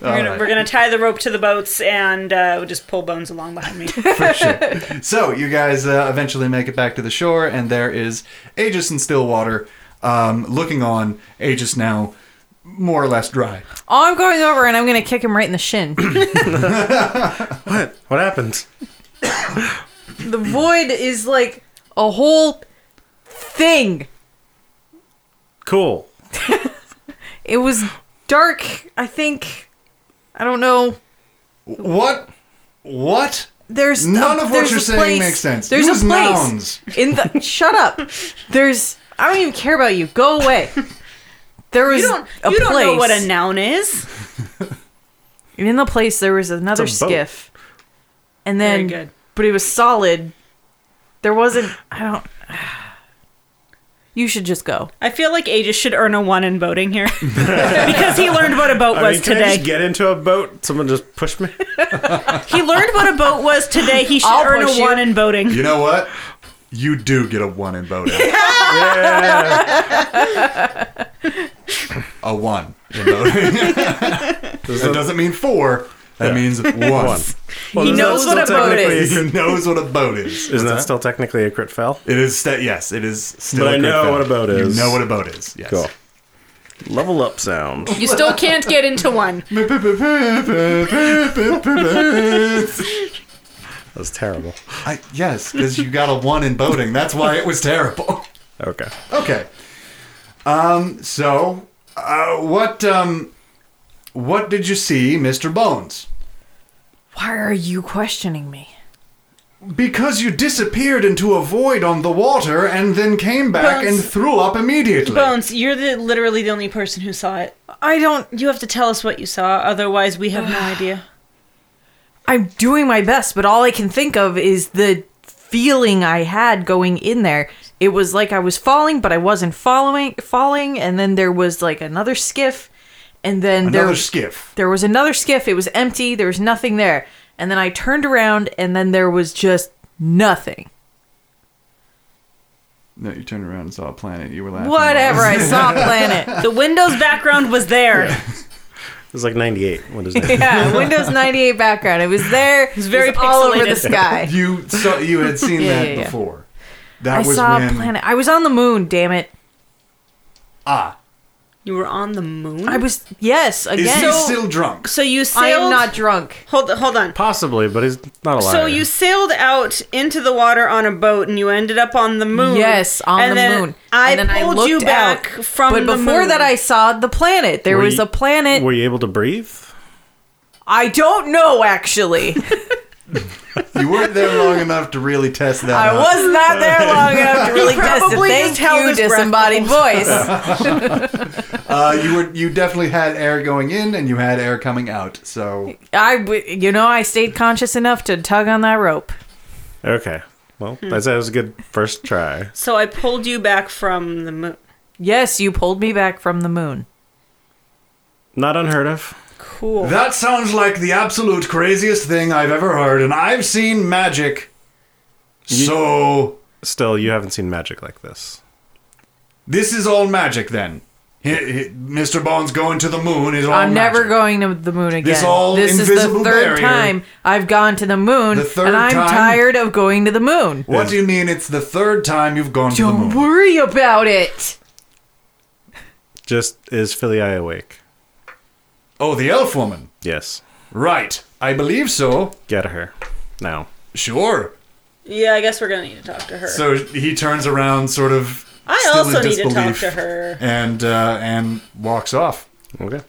We're gonna, right. we're gonna tie the rope to the boats and uh, we'll just pull bones along behind me. for sure. So you guys uh, eventually make it back to the shore, and there is Aegis and Stillwater um, looking on. Aegis now more or less dry. Oh, I'm going over and I'm going to kick him right in the shin. What happened? the void is like a whole thing. Cool. It was dark, I think. I don't know. What? What? There's None of what there's you're a saying place- makes sense. There's Use a place nouns. in the. shut up. There's. I don't even care about you. Go away. There was You don't, a you don't place. know what a noun is. in the place there was another It's a boat. skiff, and Very then good. but it was solid. There wasn't. I don't. You should just go. I feel like Aegis should earn a one in boating here because he learned what a boat I was mean, can I today. just get into a boat? Someone just push me. He learned what a boat was today. He should I'll earn a push you. one in boating. You know what? You do get a one in boating. Yeah. a one in boating. that doesn't mean four. That Yeah. means one. Well, He isn't that knows still what a boat technically- is. He knows what a boat is. Isn't that still technically a crit fail? It is. St- yes, it is. Still I But I know what a boat is. You know what a boat is. Yes. Cool. Level up sound. You still can't get into one. That's terrible. I, yes, because you got a one in boating. That's why it was terrible. Okay. Okay. Um. So, uh, what um, what did you see, Mister Bones? Why are you questioning me? Because you disappeared into a void on the water and then came back Bones. and threw up immediately. Bones, you're the literally the only person who saw it. I don't. You have to tell us what you saw, otherwise we have no idea. I'm doing my best, but all I can think of is the feeling I had going in there. It was like I was falling, but I wasn't following falling, and then there was like another skiff, and then Another there skiff. there was another skiff. It was empty. There was nothing there. And then I turned around, and then there was just nothing. No, you turned around and saw a planet. You were laughing. Whatever. I saw a planet. The Windows background was there. It was like 98. What is that? Yeah, Windows 98 background. It was there. It was very all over the pixelated. sky. You saw. You had seen Yeah, that yeah, yeah. before. That I was saw when. a planet. I was on the moon. Damn it. Ah, You were on the moon. I was yes is again. he still drunk? so you sailed. I am not drunk. Hold hold on. Possibly, but he's not alive. So you sailed out into the water on a boat, and you ended up on the moon. Yes, on And the then moon. I and then pulled I you looked back out. from. But the before moon. that, I saw the planet. There Were was you- a planet. were you able to breathe? I don't know actually. You weren't there long enough to really test that. I out. was not there long enough to really test it. probably Thank just held you, his breath disembodied voice. Uh, you were you definitely had air going in and you had air coming out. So I, w- you know, I stayed conscious enough to tug on that rope. Okay. Well, Hmm. that's that was a good first try. So I pulled you back from the moon. Yes, you pulled me back from the moon. Not unheard of. Cool. that sounds like the absolute craziest thing I've ever heard, and I've seen magic. So Still, you haven't seen magic like this. this is all magic then. He- he- Mr. Bones going to the moon is all. I'm never magic. going to the moon again. This all is the invisible third barrier. time I've gone to the moon, The third and I'm time? tired of going to the moon. What do you mean? It's the third time you've gone to the Don't moon. worry about it. Just is Philii awake? Oh, the elf woman. Yes. Right. I believe so. Get her now. Sure. Yeah, I guess we're gonna need to talk to her. So he turns around, sort of I still also in need to talk disbelief, to her. And uh, and walks off. Okay.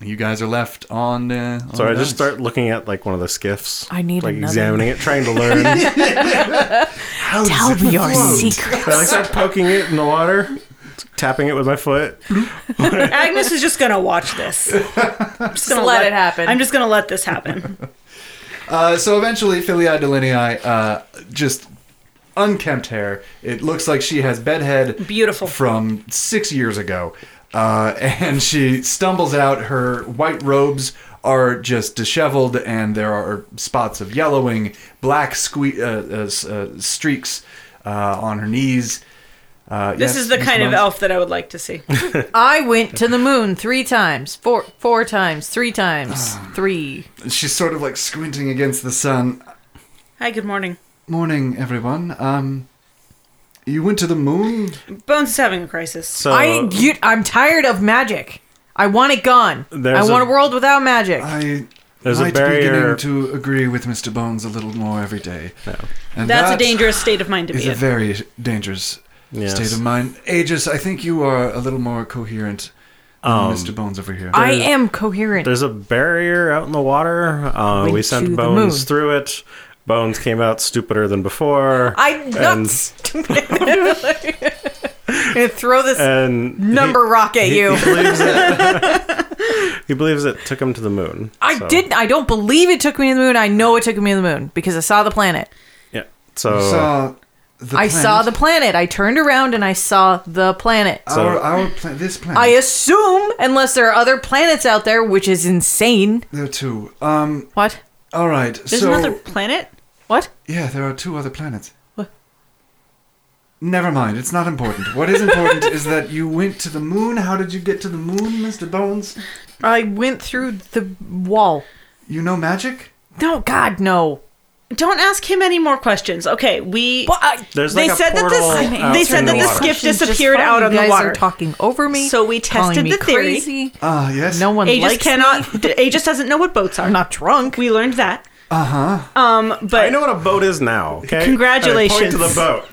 You guys are left on. Uh, on So I the just dice. start looking at like one of the skiffs. I need like another. examining it, trying to learn. How does Tell it me your float? secret. I like start poking it in the water, tapping it with my foot. Agnes is just gonna watch this. I'm just gonna let it happen. I'm just gonna let this happen. Uh, so eventually, Filii Delinei, uh, just unkempt hair. It looks like she has bedhead Beautiful. from six years ago. Uh, and she stumbles out. Her white robes are just disheveled, and there are spots of yellowing, black sque- uh, uh, s- uh, streaks uh, on her knees. Uh, This yes, is the Miss kind of Muns? elf that I would like to see. I went to the moon three times, four, four times, three times, three. She's sort of like squinting against the sun. Hi, good morning. Morning, everyone. Um, you went to the moon. Bones is having a crisis. So I, you, I'm tired of magic. I want it gone. I There's want a- a world without magic. I There's a might barrier- be beginning to agree with Mr. Bones a little more every day. And That's that a dangerous state of mind to Is be a in. very dangerous Yes. state of mind. Aegis, I think you are a little more coherent than Um, Mr. Bones over here. I am coherent. There's a barrier out in the water. Uh, Went we to sent the Bones moon. through it. Bones came out stupider than before. I'm not stupid. I'm gonna throw this And he- number rock at he, you. He believes, it, he believes it took him to the moon. I So, didn't. I don't believe it took me to the moon. I know it took me to the moon because I saw the planet. Yeah. So, saw the I saw the planet. planet. I turned around and I saw the Ah, planet. our, our pla- this planet. I assume, unless there are other planets out there, which is insane. there are two. Um, What? all right. There's so another planet. What? yeah, there are two other planets. What? Never mind. It's not important. What is important is that you went to the moon. How did you get to the moon, Mr. Bones? I went through the wall. You know magic? No, God, no. Don't ask him any more questions. Okay, we. Well, I- There's They like said a that this- portal I mean, out they in said the that this water. gift Questions just disappeared fine. out on you the guys water. Are talking over me. So we calling tested me the theory. crazy. Ah, yes. No one Aegis likes cannot. d- Aegis doesn't know what boats are. I'm not drunk. We learned that. Uh huh. Um, but I know what a boat is now. Okay. Congratulations. I point to the boat.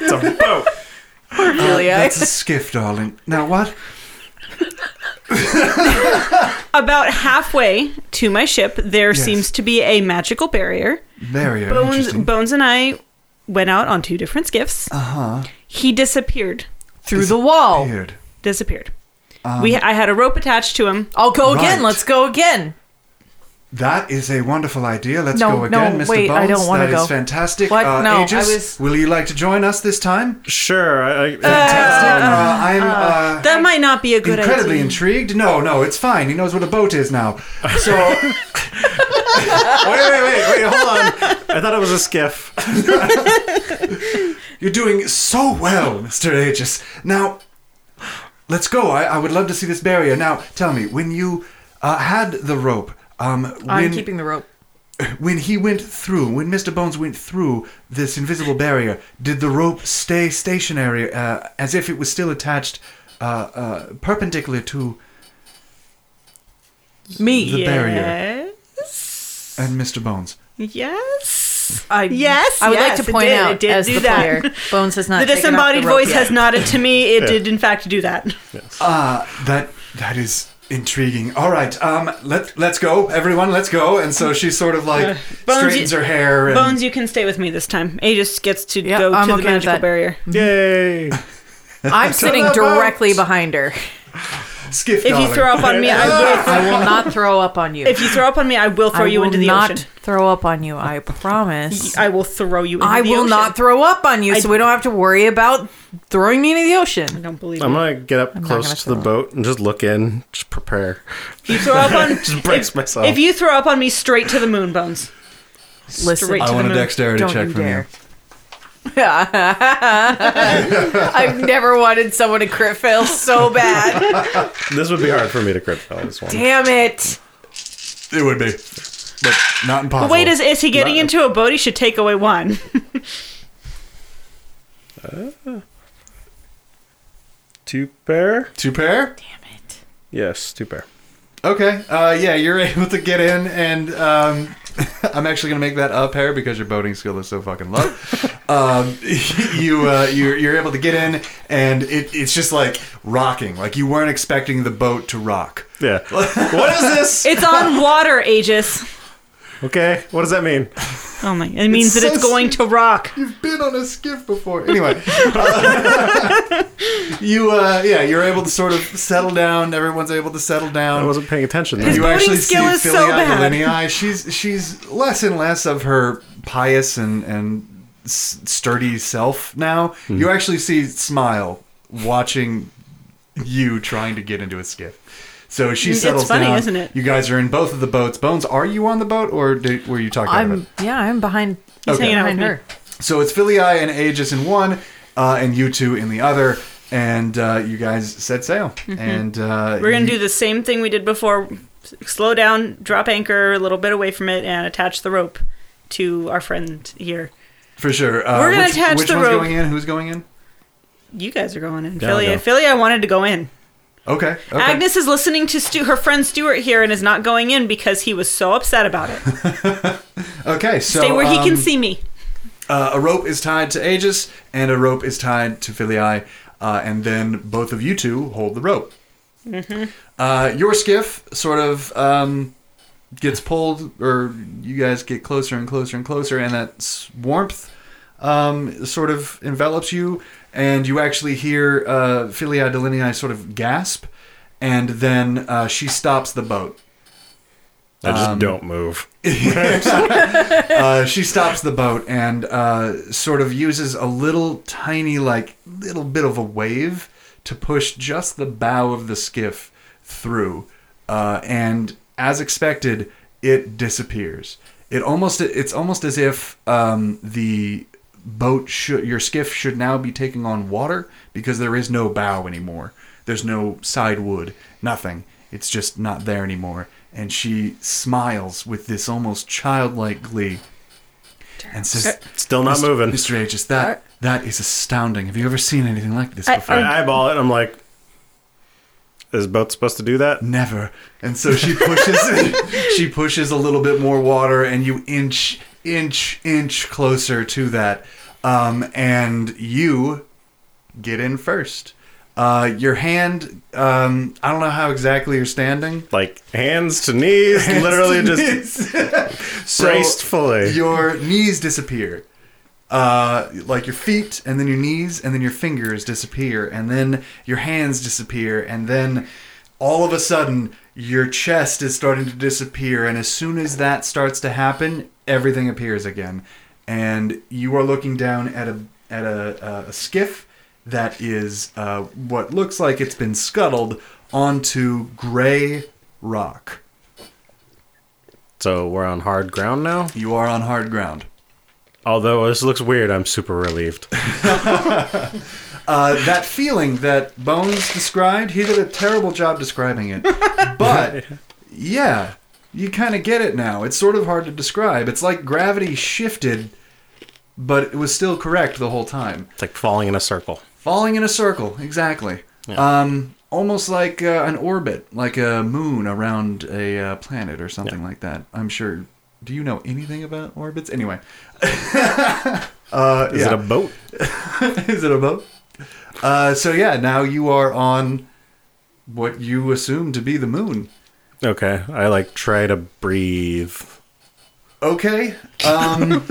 It's a boat. Really, eh? I- That's a skiff, darling. Now what? about halfway to my ship, there Yes. seems to be a magical barrier. Barrier. Bones, Interesting. Bones, and I went out on two different skiffs. Uh huh. He disappeared. through the wall. Uh-huh. Weird. Disappeared. we, I had a rope attached to him. I'll go again. Right. Let's go again. That is a wonderful idea. Let's No, go again, no, Mr. wait, Bones. I don't wanna That is go. fantastic. What? Uh, No, I Aegis, was- will you like to join us this time? Sure. I, I, Fantastic. Uh, Ah, I'm uh, That might not be a good incredibly idea. intrigued. No, no, it's fine. He knows what a boat is now. So. wait, wait, wait, wait, hold on. I thought it was a skiff. You're doing so well, Mr. Aegis. Now, let's go. I, I would love to see this barrier. Now, tell me, when you uh, had the rope, um, when, I'm keeping the rope. when he went through, when Mr. Bones went through this invisible barrier, did the rope stay stationary uh, as if it was still attached uh, uh, perpendicular to Me. the barrier Yes. and Mr. Bones? Yes. I, Yes, I would yes, like it to point did, it out did as do the that. player, Bones has not. the taken off disembodied the rope voice yet. has nodded to me. It did, in fact, do that. Ah, that that is intriguing. All right, um, let let's go, everyone, let's go. And so she sort of Uh, like Bones, straightens you- her hair. And, Bones, you can stay with me this time. Aegis gets to Yeah, go I'm to the okay with magical that. barrier. Yay. I'm sitting Come on, directly Bones. behind her. Skiff. If darling. you throw up on me, I will. I will not throw up on you. If you throw up on me, I will throw I you will into the not ocean. throw up on you. I promise. I will throw you into I the will ocean. not throw up on you, I- so we don't have to worry about throwing me into the I ocean. don't believe I'm you. gonna get up not close gonna to the throw up. boat and just look in, just prepare. You throw up on Just brace if, myself. If you throw up on me, straight to the moon, Bones. Listen. Straight I to want the a moon. dexterity Don't check you from dare. I've never wanted someone to crit fail so bad. This would be hard for me to crit fail this one. Damn it. you. It would be, but not impossible. But wait, is, is he getting Not- into a boat? He should take away one. Two pair? two pair? Yes, two pair. Okay. Uh, yeah, you're able to get in, and um, I'm actually gonna make that a pair because your boating skill is so fucking low. um, you uh, you're, you're able to get in, and it, it's just like rocking. Like you weren't expecting the boat to rock. Yeah. what is this? It's on water, Aegis. Okay. What does that mean? Oh my! It means that so it's going to rock. You've been on a skiff before. Anyway, uh, you uh, yeah, you're able to sort of settle down. Everyone's able to settle down. I wasn't paying attention. And Then. you voting actually skill see is so Philia bad. Delinei. She's she's less and less of her pious and and s- sturdy self now. You actually see Smile watching you trying to get into a skiff. So she It's settles funny, down. isn't it? You guys are in both of the boats. Bones, are you on the boat or did, were you talking about I'm it? yeah, I'm behind. Okay. hanging out behind with me. her. So it's Philia and Aegis in one, uh, and you two in the other. And uh, you guys set sail, and uh, Mm-hmm. We're gonna Mm-hmm. you- do the same thing we did before: S- slow down, drop anchor a little bit away from it, and attach the rope to our friend here. for sure. Uh, We're gonna which, attach which the one's rope. going in? Who's going in? You guys are going in. Yeah, I'll Philly, go. Philly, I wanted to go in. Okay. okay. Agnes is listening to Stu- her friend Stuart here and is not going in because he was so upset about it. Okay, so Stay where he um, can see me. Uh, a rope is tied to Aegis, and a rope is tied to Filii, uh, and then both of you two hold the rope. Mm-hmm. Uh, your skiff sort of um, gets pulled, or you guys get closer and closer and closer, and that s- warmth um, sort of envelops you, and you actually hear uh, Philia Delinei sort of gasp, and then uh, she stops the boat. I just Um, don't move. uh, she stops the boat and uh, sort of uses a little tiny, like, little bit of a wave to push just the bow of the skiff through. Uh, and as expected, it disappears. It almost it's almost as if um, the boat should your skiff should now be taking on water because there is no bow anymore. There's no side wood, nothing. It's just not there anymore. And she smiles with this almost childlike glee and says, Eh. Still not moving. Mr. Aegis, that that is astounding. Have you ever seen anything like this before? I eyeball it. and I'm like, is boat supposed to do that? Never. And so she pushes she pushes a little bit more water and you inch inch inch closer to that. Um, and you get in first. Uh, your hand um, I don't know how exactly you're standing. Like hands to knees, literally just So gracefully. Your knees disappear. Uh, like your feet, and then your knees, and then your fingers disappear, and then your hands disappear, and then all of a sudden your chest is starting to disappear. And as soon as that starts to happen, everything appears again, and you are looking down at a at a, a skiff that is uh, what looks like it's been scuttled onto gray rock. So we're on hard ground now. You are on hard ground. Although this looks weird, I'm super relieved. Uh, that feeling that Bones described, he did a terrible job describing it. But yeah, you kind of get it now. It's sort of hard to describe. It's like gravity shifted, but it was still correct the whole time. It's like falling in a circle. Falling in a circle, exactly. Um, almost like uh, an orbit, like a moon around a uh, planet or something like that. I'm sure. Do you know anything about orbits? Anyway, uh, Is yeah. it a boat? Is it a boat? Uh, so yeah, now you are on what you assume to be the moon. Okay. I like try to breathe. Okay. Um,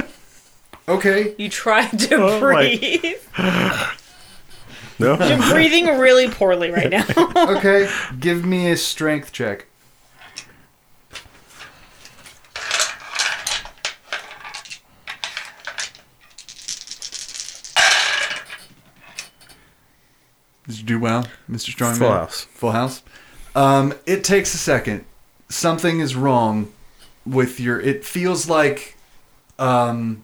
okay. You tried to Oh my- breathe. No. You're breathing really poorly right now. Okay. Give me a strength check. Did you do well, Mr. Strongman? Full house. Full House. Um, it takes a second. Something is wrong with your. It feels like, um,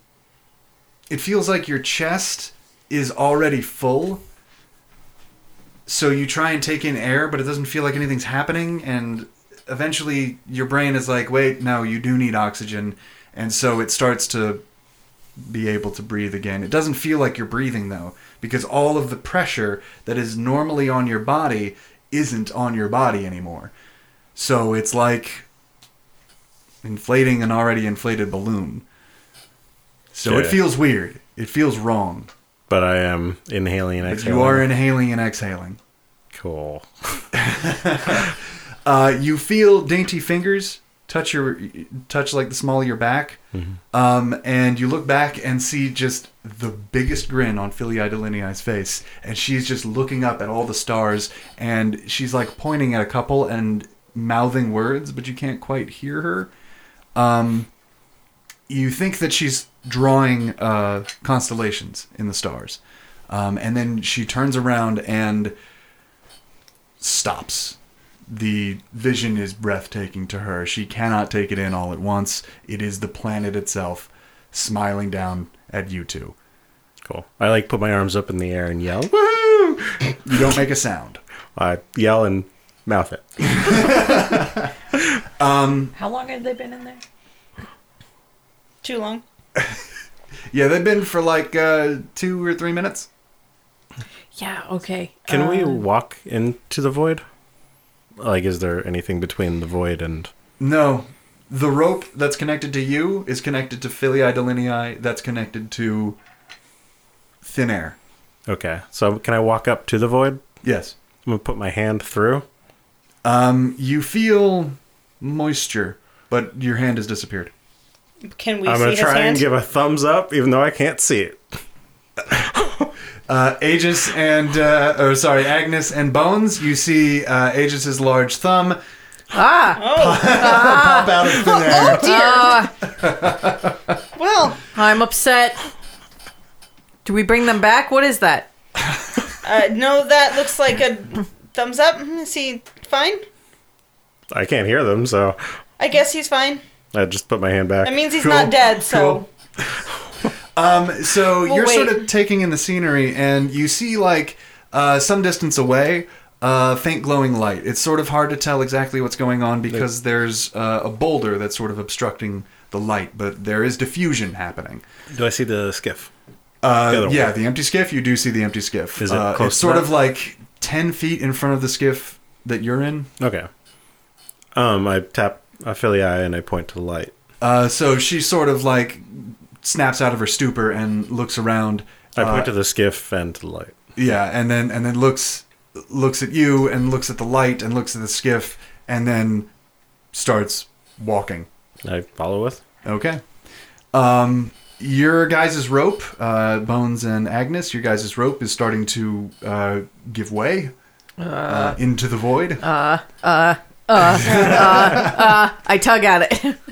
it feels like your chest is already full. So you try and take in air, but it doesn't feel like anything's happening, and eventually your brain is like, "Wait, no, you do need oxygen," and so it starts to be able to breathe again. It doesn't feel like you're breathing though, because all of the pressure that is normally on your body isn't on your body anymore. So it's like inflating an already inflated balloon. So it Yeah. feels weird. It feels wrong. But I am inhaling and But exhaling. you are inhaling and exhaling. Cool. Uh, you feel dainty fingers touch your touch like the small of your back, um, and you look back and see just the biggest grin on Philly Idoliniai's face, and she's just looking up at all the stars, and she's like pointing at a couple and mouthing words, but you can't quite hear her. Um, you think that she's drawing uh, constellations in the stars, um, and then she turns around and stops. The vision is breathtaking to her. She cannot take it in all at once. It is the planet itself smiling down at you two. Cool. I like put my arms up in the air and yell. You don't make a sound. I yell and mouth it. How long have they been in there? Too long. Yeah, they've been for like uh, two or three minutes. Yeah, okay. Can we Uh, Um, walk into the void? Like, is there anything between the void and? No. The rope that's connected to you is connected to Filii Delinei, that's connected to thin air. Okay, so can I walk up to the void? Yes. I'm gonna put my hand through. Um, you feel moisture, but your hand has disappeared. Can we I'm see gonna his try and hand? give a thumbs up, even though I can't see it. Uh, Aegis and, uh, or sorry, Agnes and Bones, you see uh, Aegis's large thumb Ah! pop out of thin air. ah, well, I'm upset. Do we bring them back? What is that? uh, no, that looks like a thumbs up. Hmm, Is he fine? I can't hear them, so I guess he's fine. I just put my hand back. That means he's Cool, not dead, so. cool. Um, so you're wait. sort of taking in the scenery, and you see, like, uh, some distance away, uh, faint glowing light. It's sort of hard to tell exactly what's going on because there's uh, a boulder that's sort of obstructing the light, but there is diffusion happening. Do I see the skiff? Uh, The other one. yeah, the empty skiff. You do see the empty skiff. Is it Uh, close It's to sort that? of like ten feet in front of the skiff that you're in. Okay. Um, I tap I fill the eye and I point to the light. Uh, so she sort of like snaps out of her stupor and looks around. I uh, point to the skiff and to the light. yeah, and then and then looks looks at you and looks at the light and looks at the skiff and then starts walking. I follow with. Okay. Um, your guys' rope, uh, Bones and Agnes, your guys' rope is starting to uh, give way uh, into the void. I tug at it.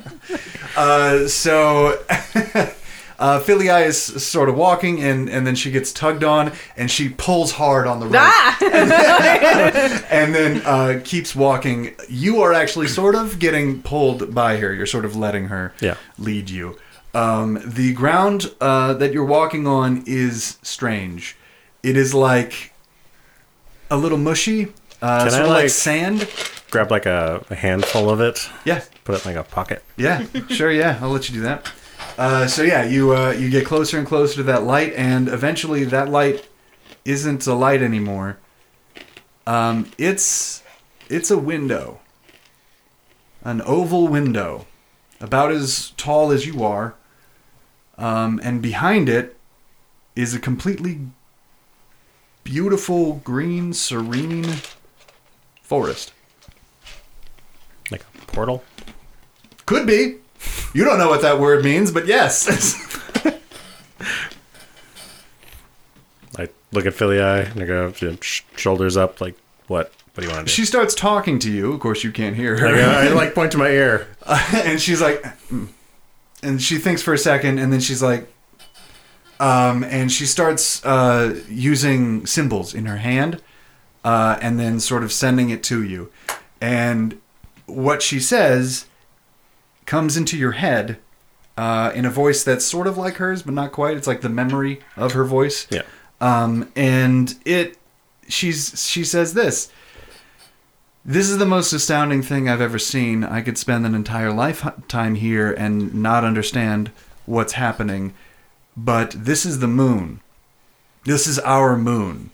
Uh, so uh, Philly Eye is sort of walking, and, and then she gets tugged on, and she pulls hard on the rope, and then uh, keeps walking. You are actually sort of getting pulled by her. You're sort of letting her Yeah. lead you. Um, the ground uh, that you're walking on is strange. It is like a little mushy, uh, Can sort I, of like like- sand. Grab like a, a handful of it. Yeah, Put it in like a pocket. yeah, sure. Yeah, I'll let you do that. Uh, so yeah, you uh, you get closer and closer to that light, and eventually that light isn't a light anymore. Um, it's it's a window, an oval window, about as tall as you are, um, and behind it is a completely beautiful green, serene forest. Like a portal. Could be. You don't know what that word means, but yes. I look at Philly eye and I go sh- shoulders up like what? What do you want to do? She starts talking to you. Of course, you can't hear I, go, her. I like point to my ear. and she's like, "Mm." and she thinks for a second, and then she's like, um, and she starts uh, using symbols in her hand, uh, and then sort of sending it to you. And what she says comes into your head uh, in a voice that's sort of like hers, but not quite. It's like the memory of her voice. Yeah. Um, and it, she's she says this. This is the most astounding thing I've ever seen. I could spend an entire lifetime here and not understand what's happening. But this is the moon. This is our moon.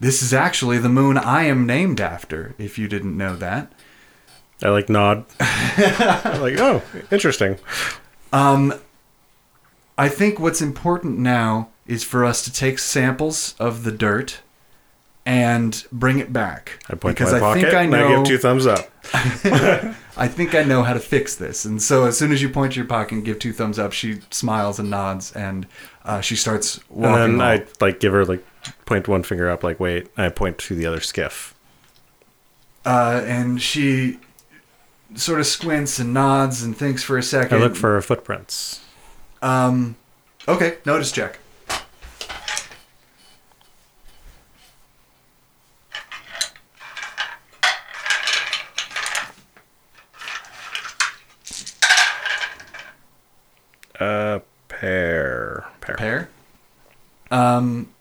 This is actually the moon I am named after, if you didn't know that. I like nod. I'm like, oh, interesting. I think what's important now is for us to take samples of the dirt and bring it back. I point because to my I pocket think I and I know. give two thumbs up. I think I know how to fix this. And so as soon as you point to your pocket and give two thumbs up, she smiles and nods, and uh, she starts And walking. then home. I like give her like point one finger up, like wait. I point to the other skiff. uh, and she sort of squints and nods and thinks for a I second. look for footprints. Um, okay, notice check. Uh, pair, pair. Pair. Um,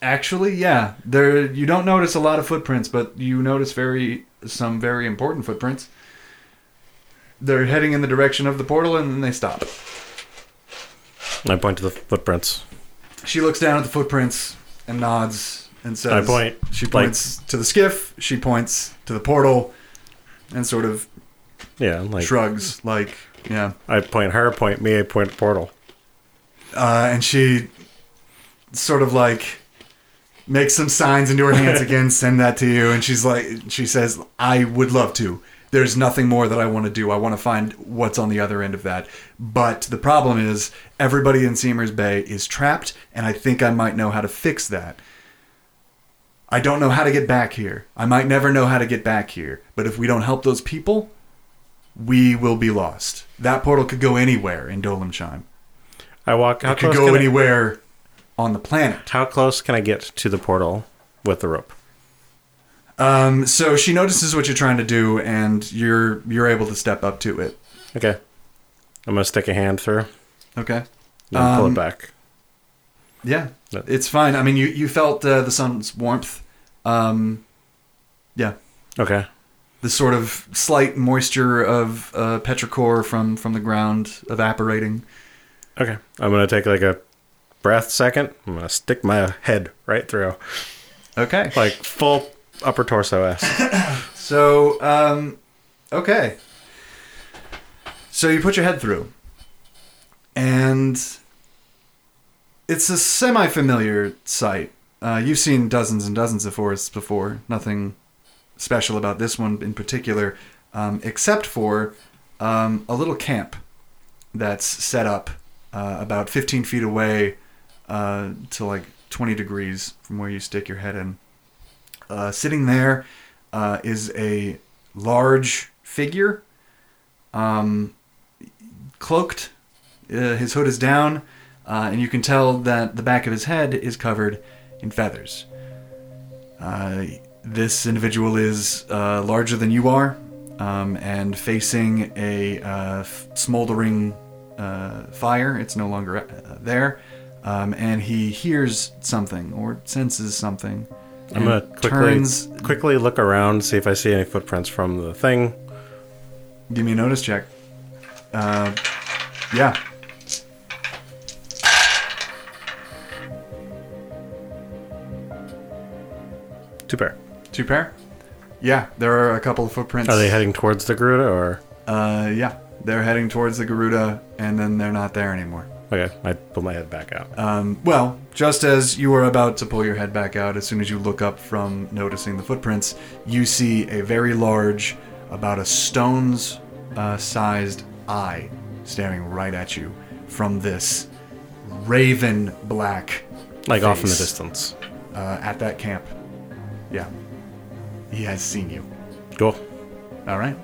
actually, yeah, there. You don't notice a lot of footprints, but you notice very some very important footprints. They're heading in the direction of the portal, and then they stop. I point to the footprints. She looks down at the footprints and nods and says, I point, She like- points to the skiff. She points to the portal, and sort of Yeah, like shrugs, like, yeah. I point her, point me, I point portal. uh, and she sort of like makes some signs into her hands again send that to you and she's like she says i would love to there's nothing more that i want to do i want to find what's on the other end of that but the problem is everybody in seamers bay is trapped and i think i might know how to fix that i don't know how to get back here i might never know how to get back here but if we don't help those people we will be lost that portal could go anywhere in dolemsheim I walk. How it could close go can I- anywhere on the planet. how close can I get to the portal with the rope? Um, so she notices what you're trying to do, and you're you're able to step up to it. Okay, I'm gonna stick a hand through Okay. and pull Um, it back. Yeah, Yeah. it's fine. I mean, you you felt uh, the sun's warmth. Um, yeah, Okay, the sort of slight moisture of uh, petrichor from from the ground evaporating. okay. I'm gonna take like a breath second. I'm gonna stick my head right through, Okay. like full upper torso ass. So um, okay. So you put your head through, and it's a semi-familiar sight. Uh, you've seen dozens and dozens of forests before. Nothing special about this one in particular, um, except for um, a little camp that's set up uh, about 15 feet away uh, to like 20 degrees from where you stick your head in. Uh, sitting there uh, is a large figure, um, cloaked. Uh, his hood is down, uh, and you can tell that the back of his head is covered in feathers. Uh, this individual is uh, larger than you are, um, and facing a uh, f- smoldering uh, fire. It's no longer uh, there, um, and he hears something or senses something. I'm gonna and quickly turns. quickly look around, see if I see any footprints from the thing. Give me a notice check. Uh, yeah. Two pair. Two pair? Yeah, there are a couple of footprints. Are they heading towards the Garuda or? Uh, yeah, they're heading towards the Garuda, and then they're not there anymore. Okay, I pull my head back out. Um, well, just as you are about to pull your head back out, as soon as you look up from noticing the footprints, you see a very large, about a stone's uh, sized eye staring right at you from this raven black like off in the face. distance. uh, at that camp. Yeah. He has seen you. Cool. All right.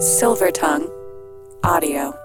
Silver Tongue Audio.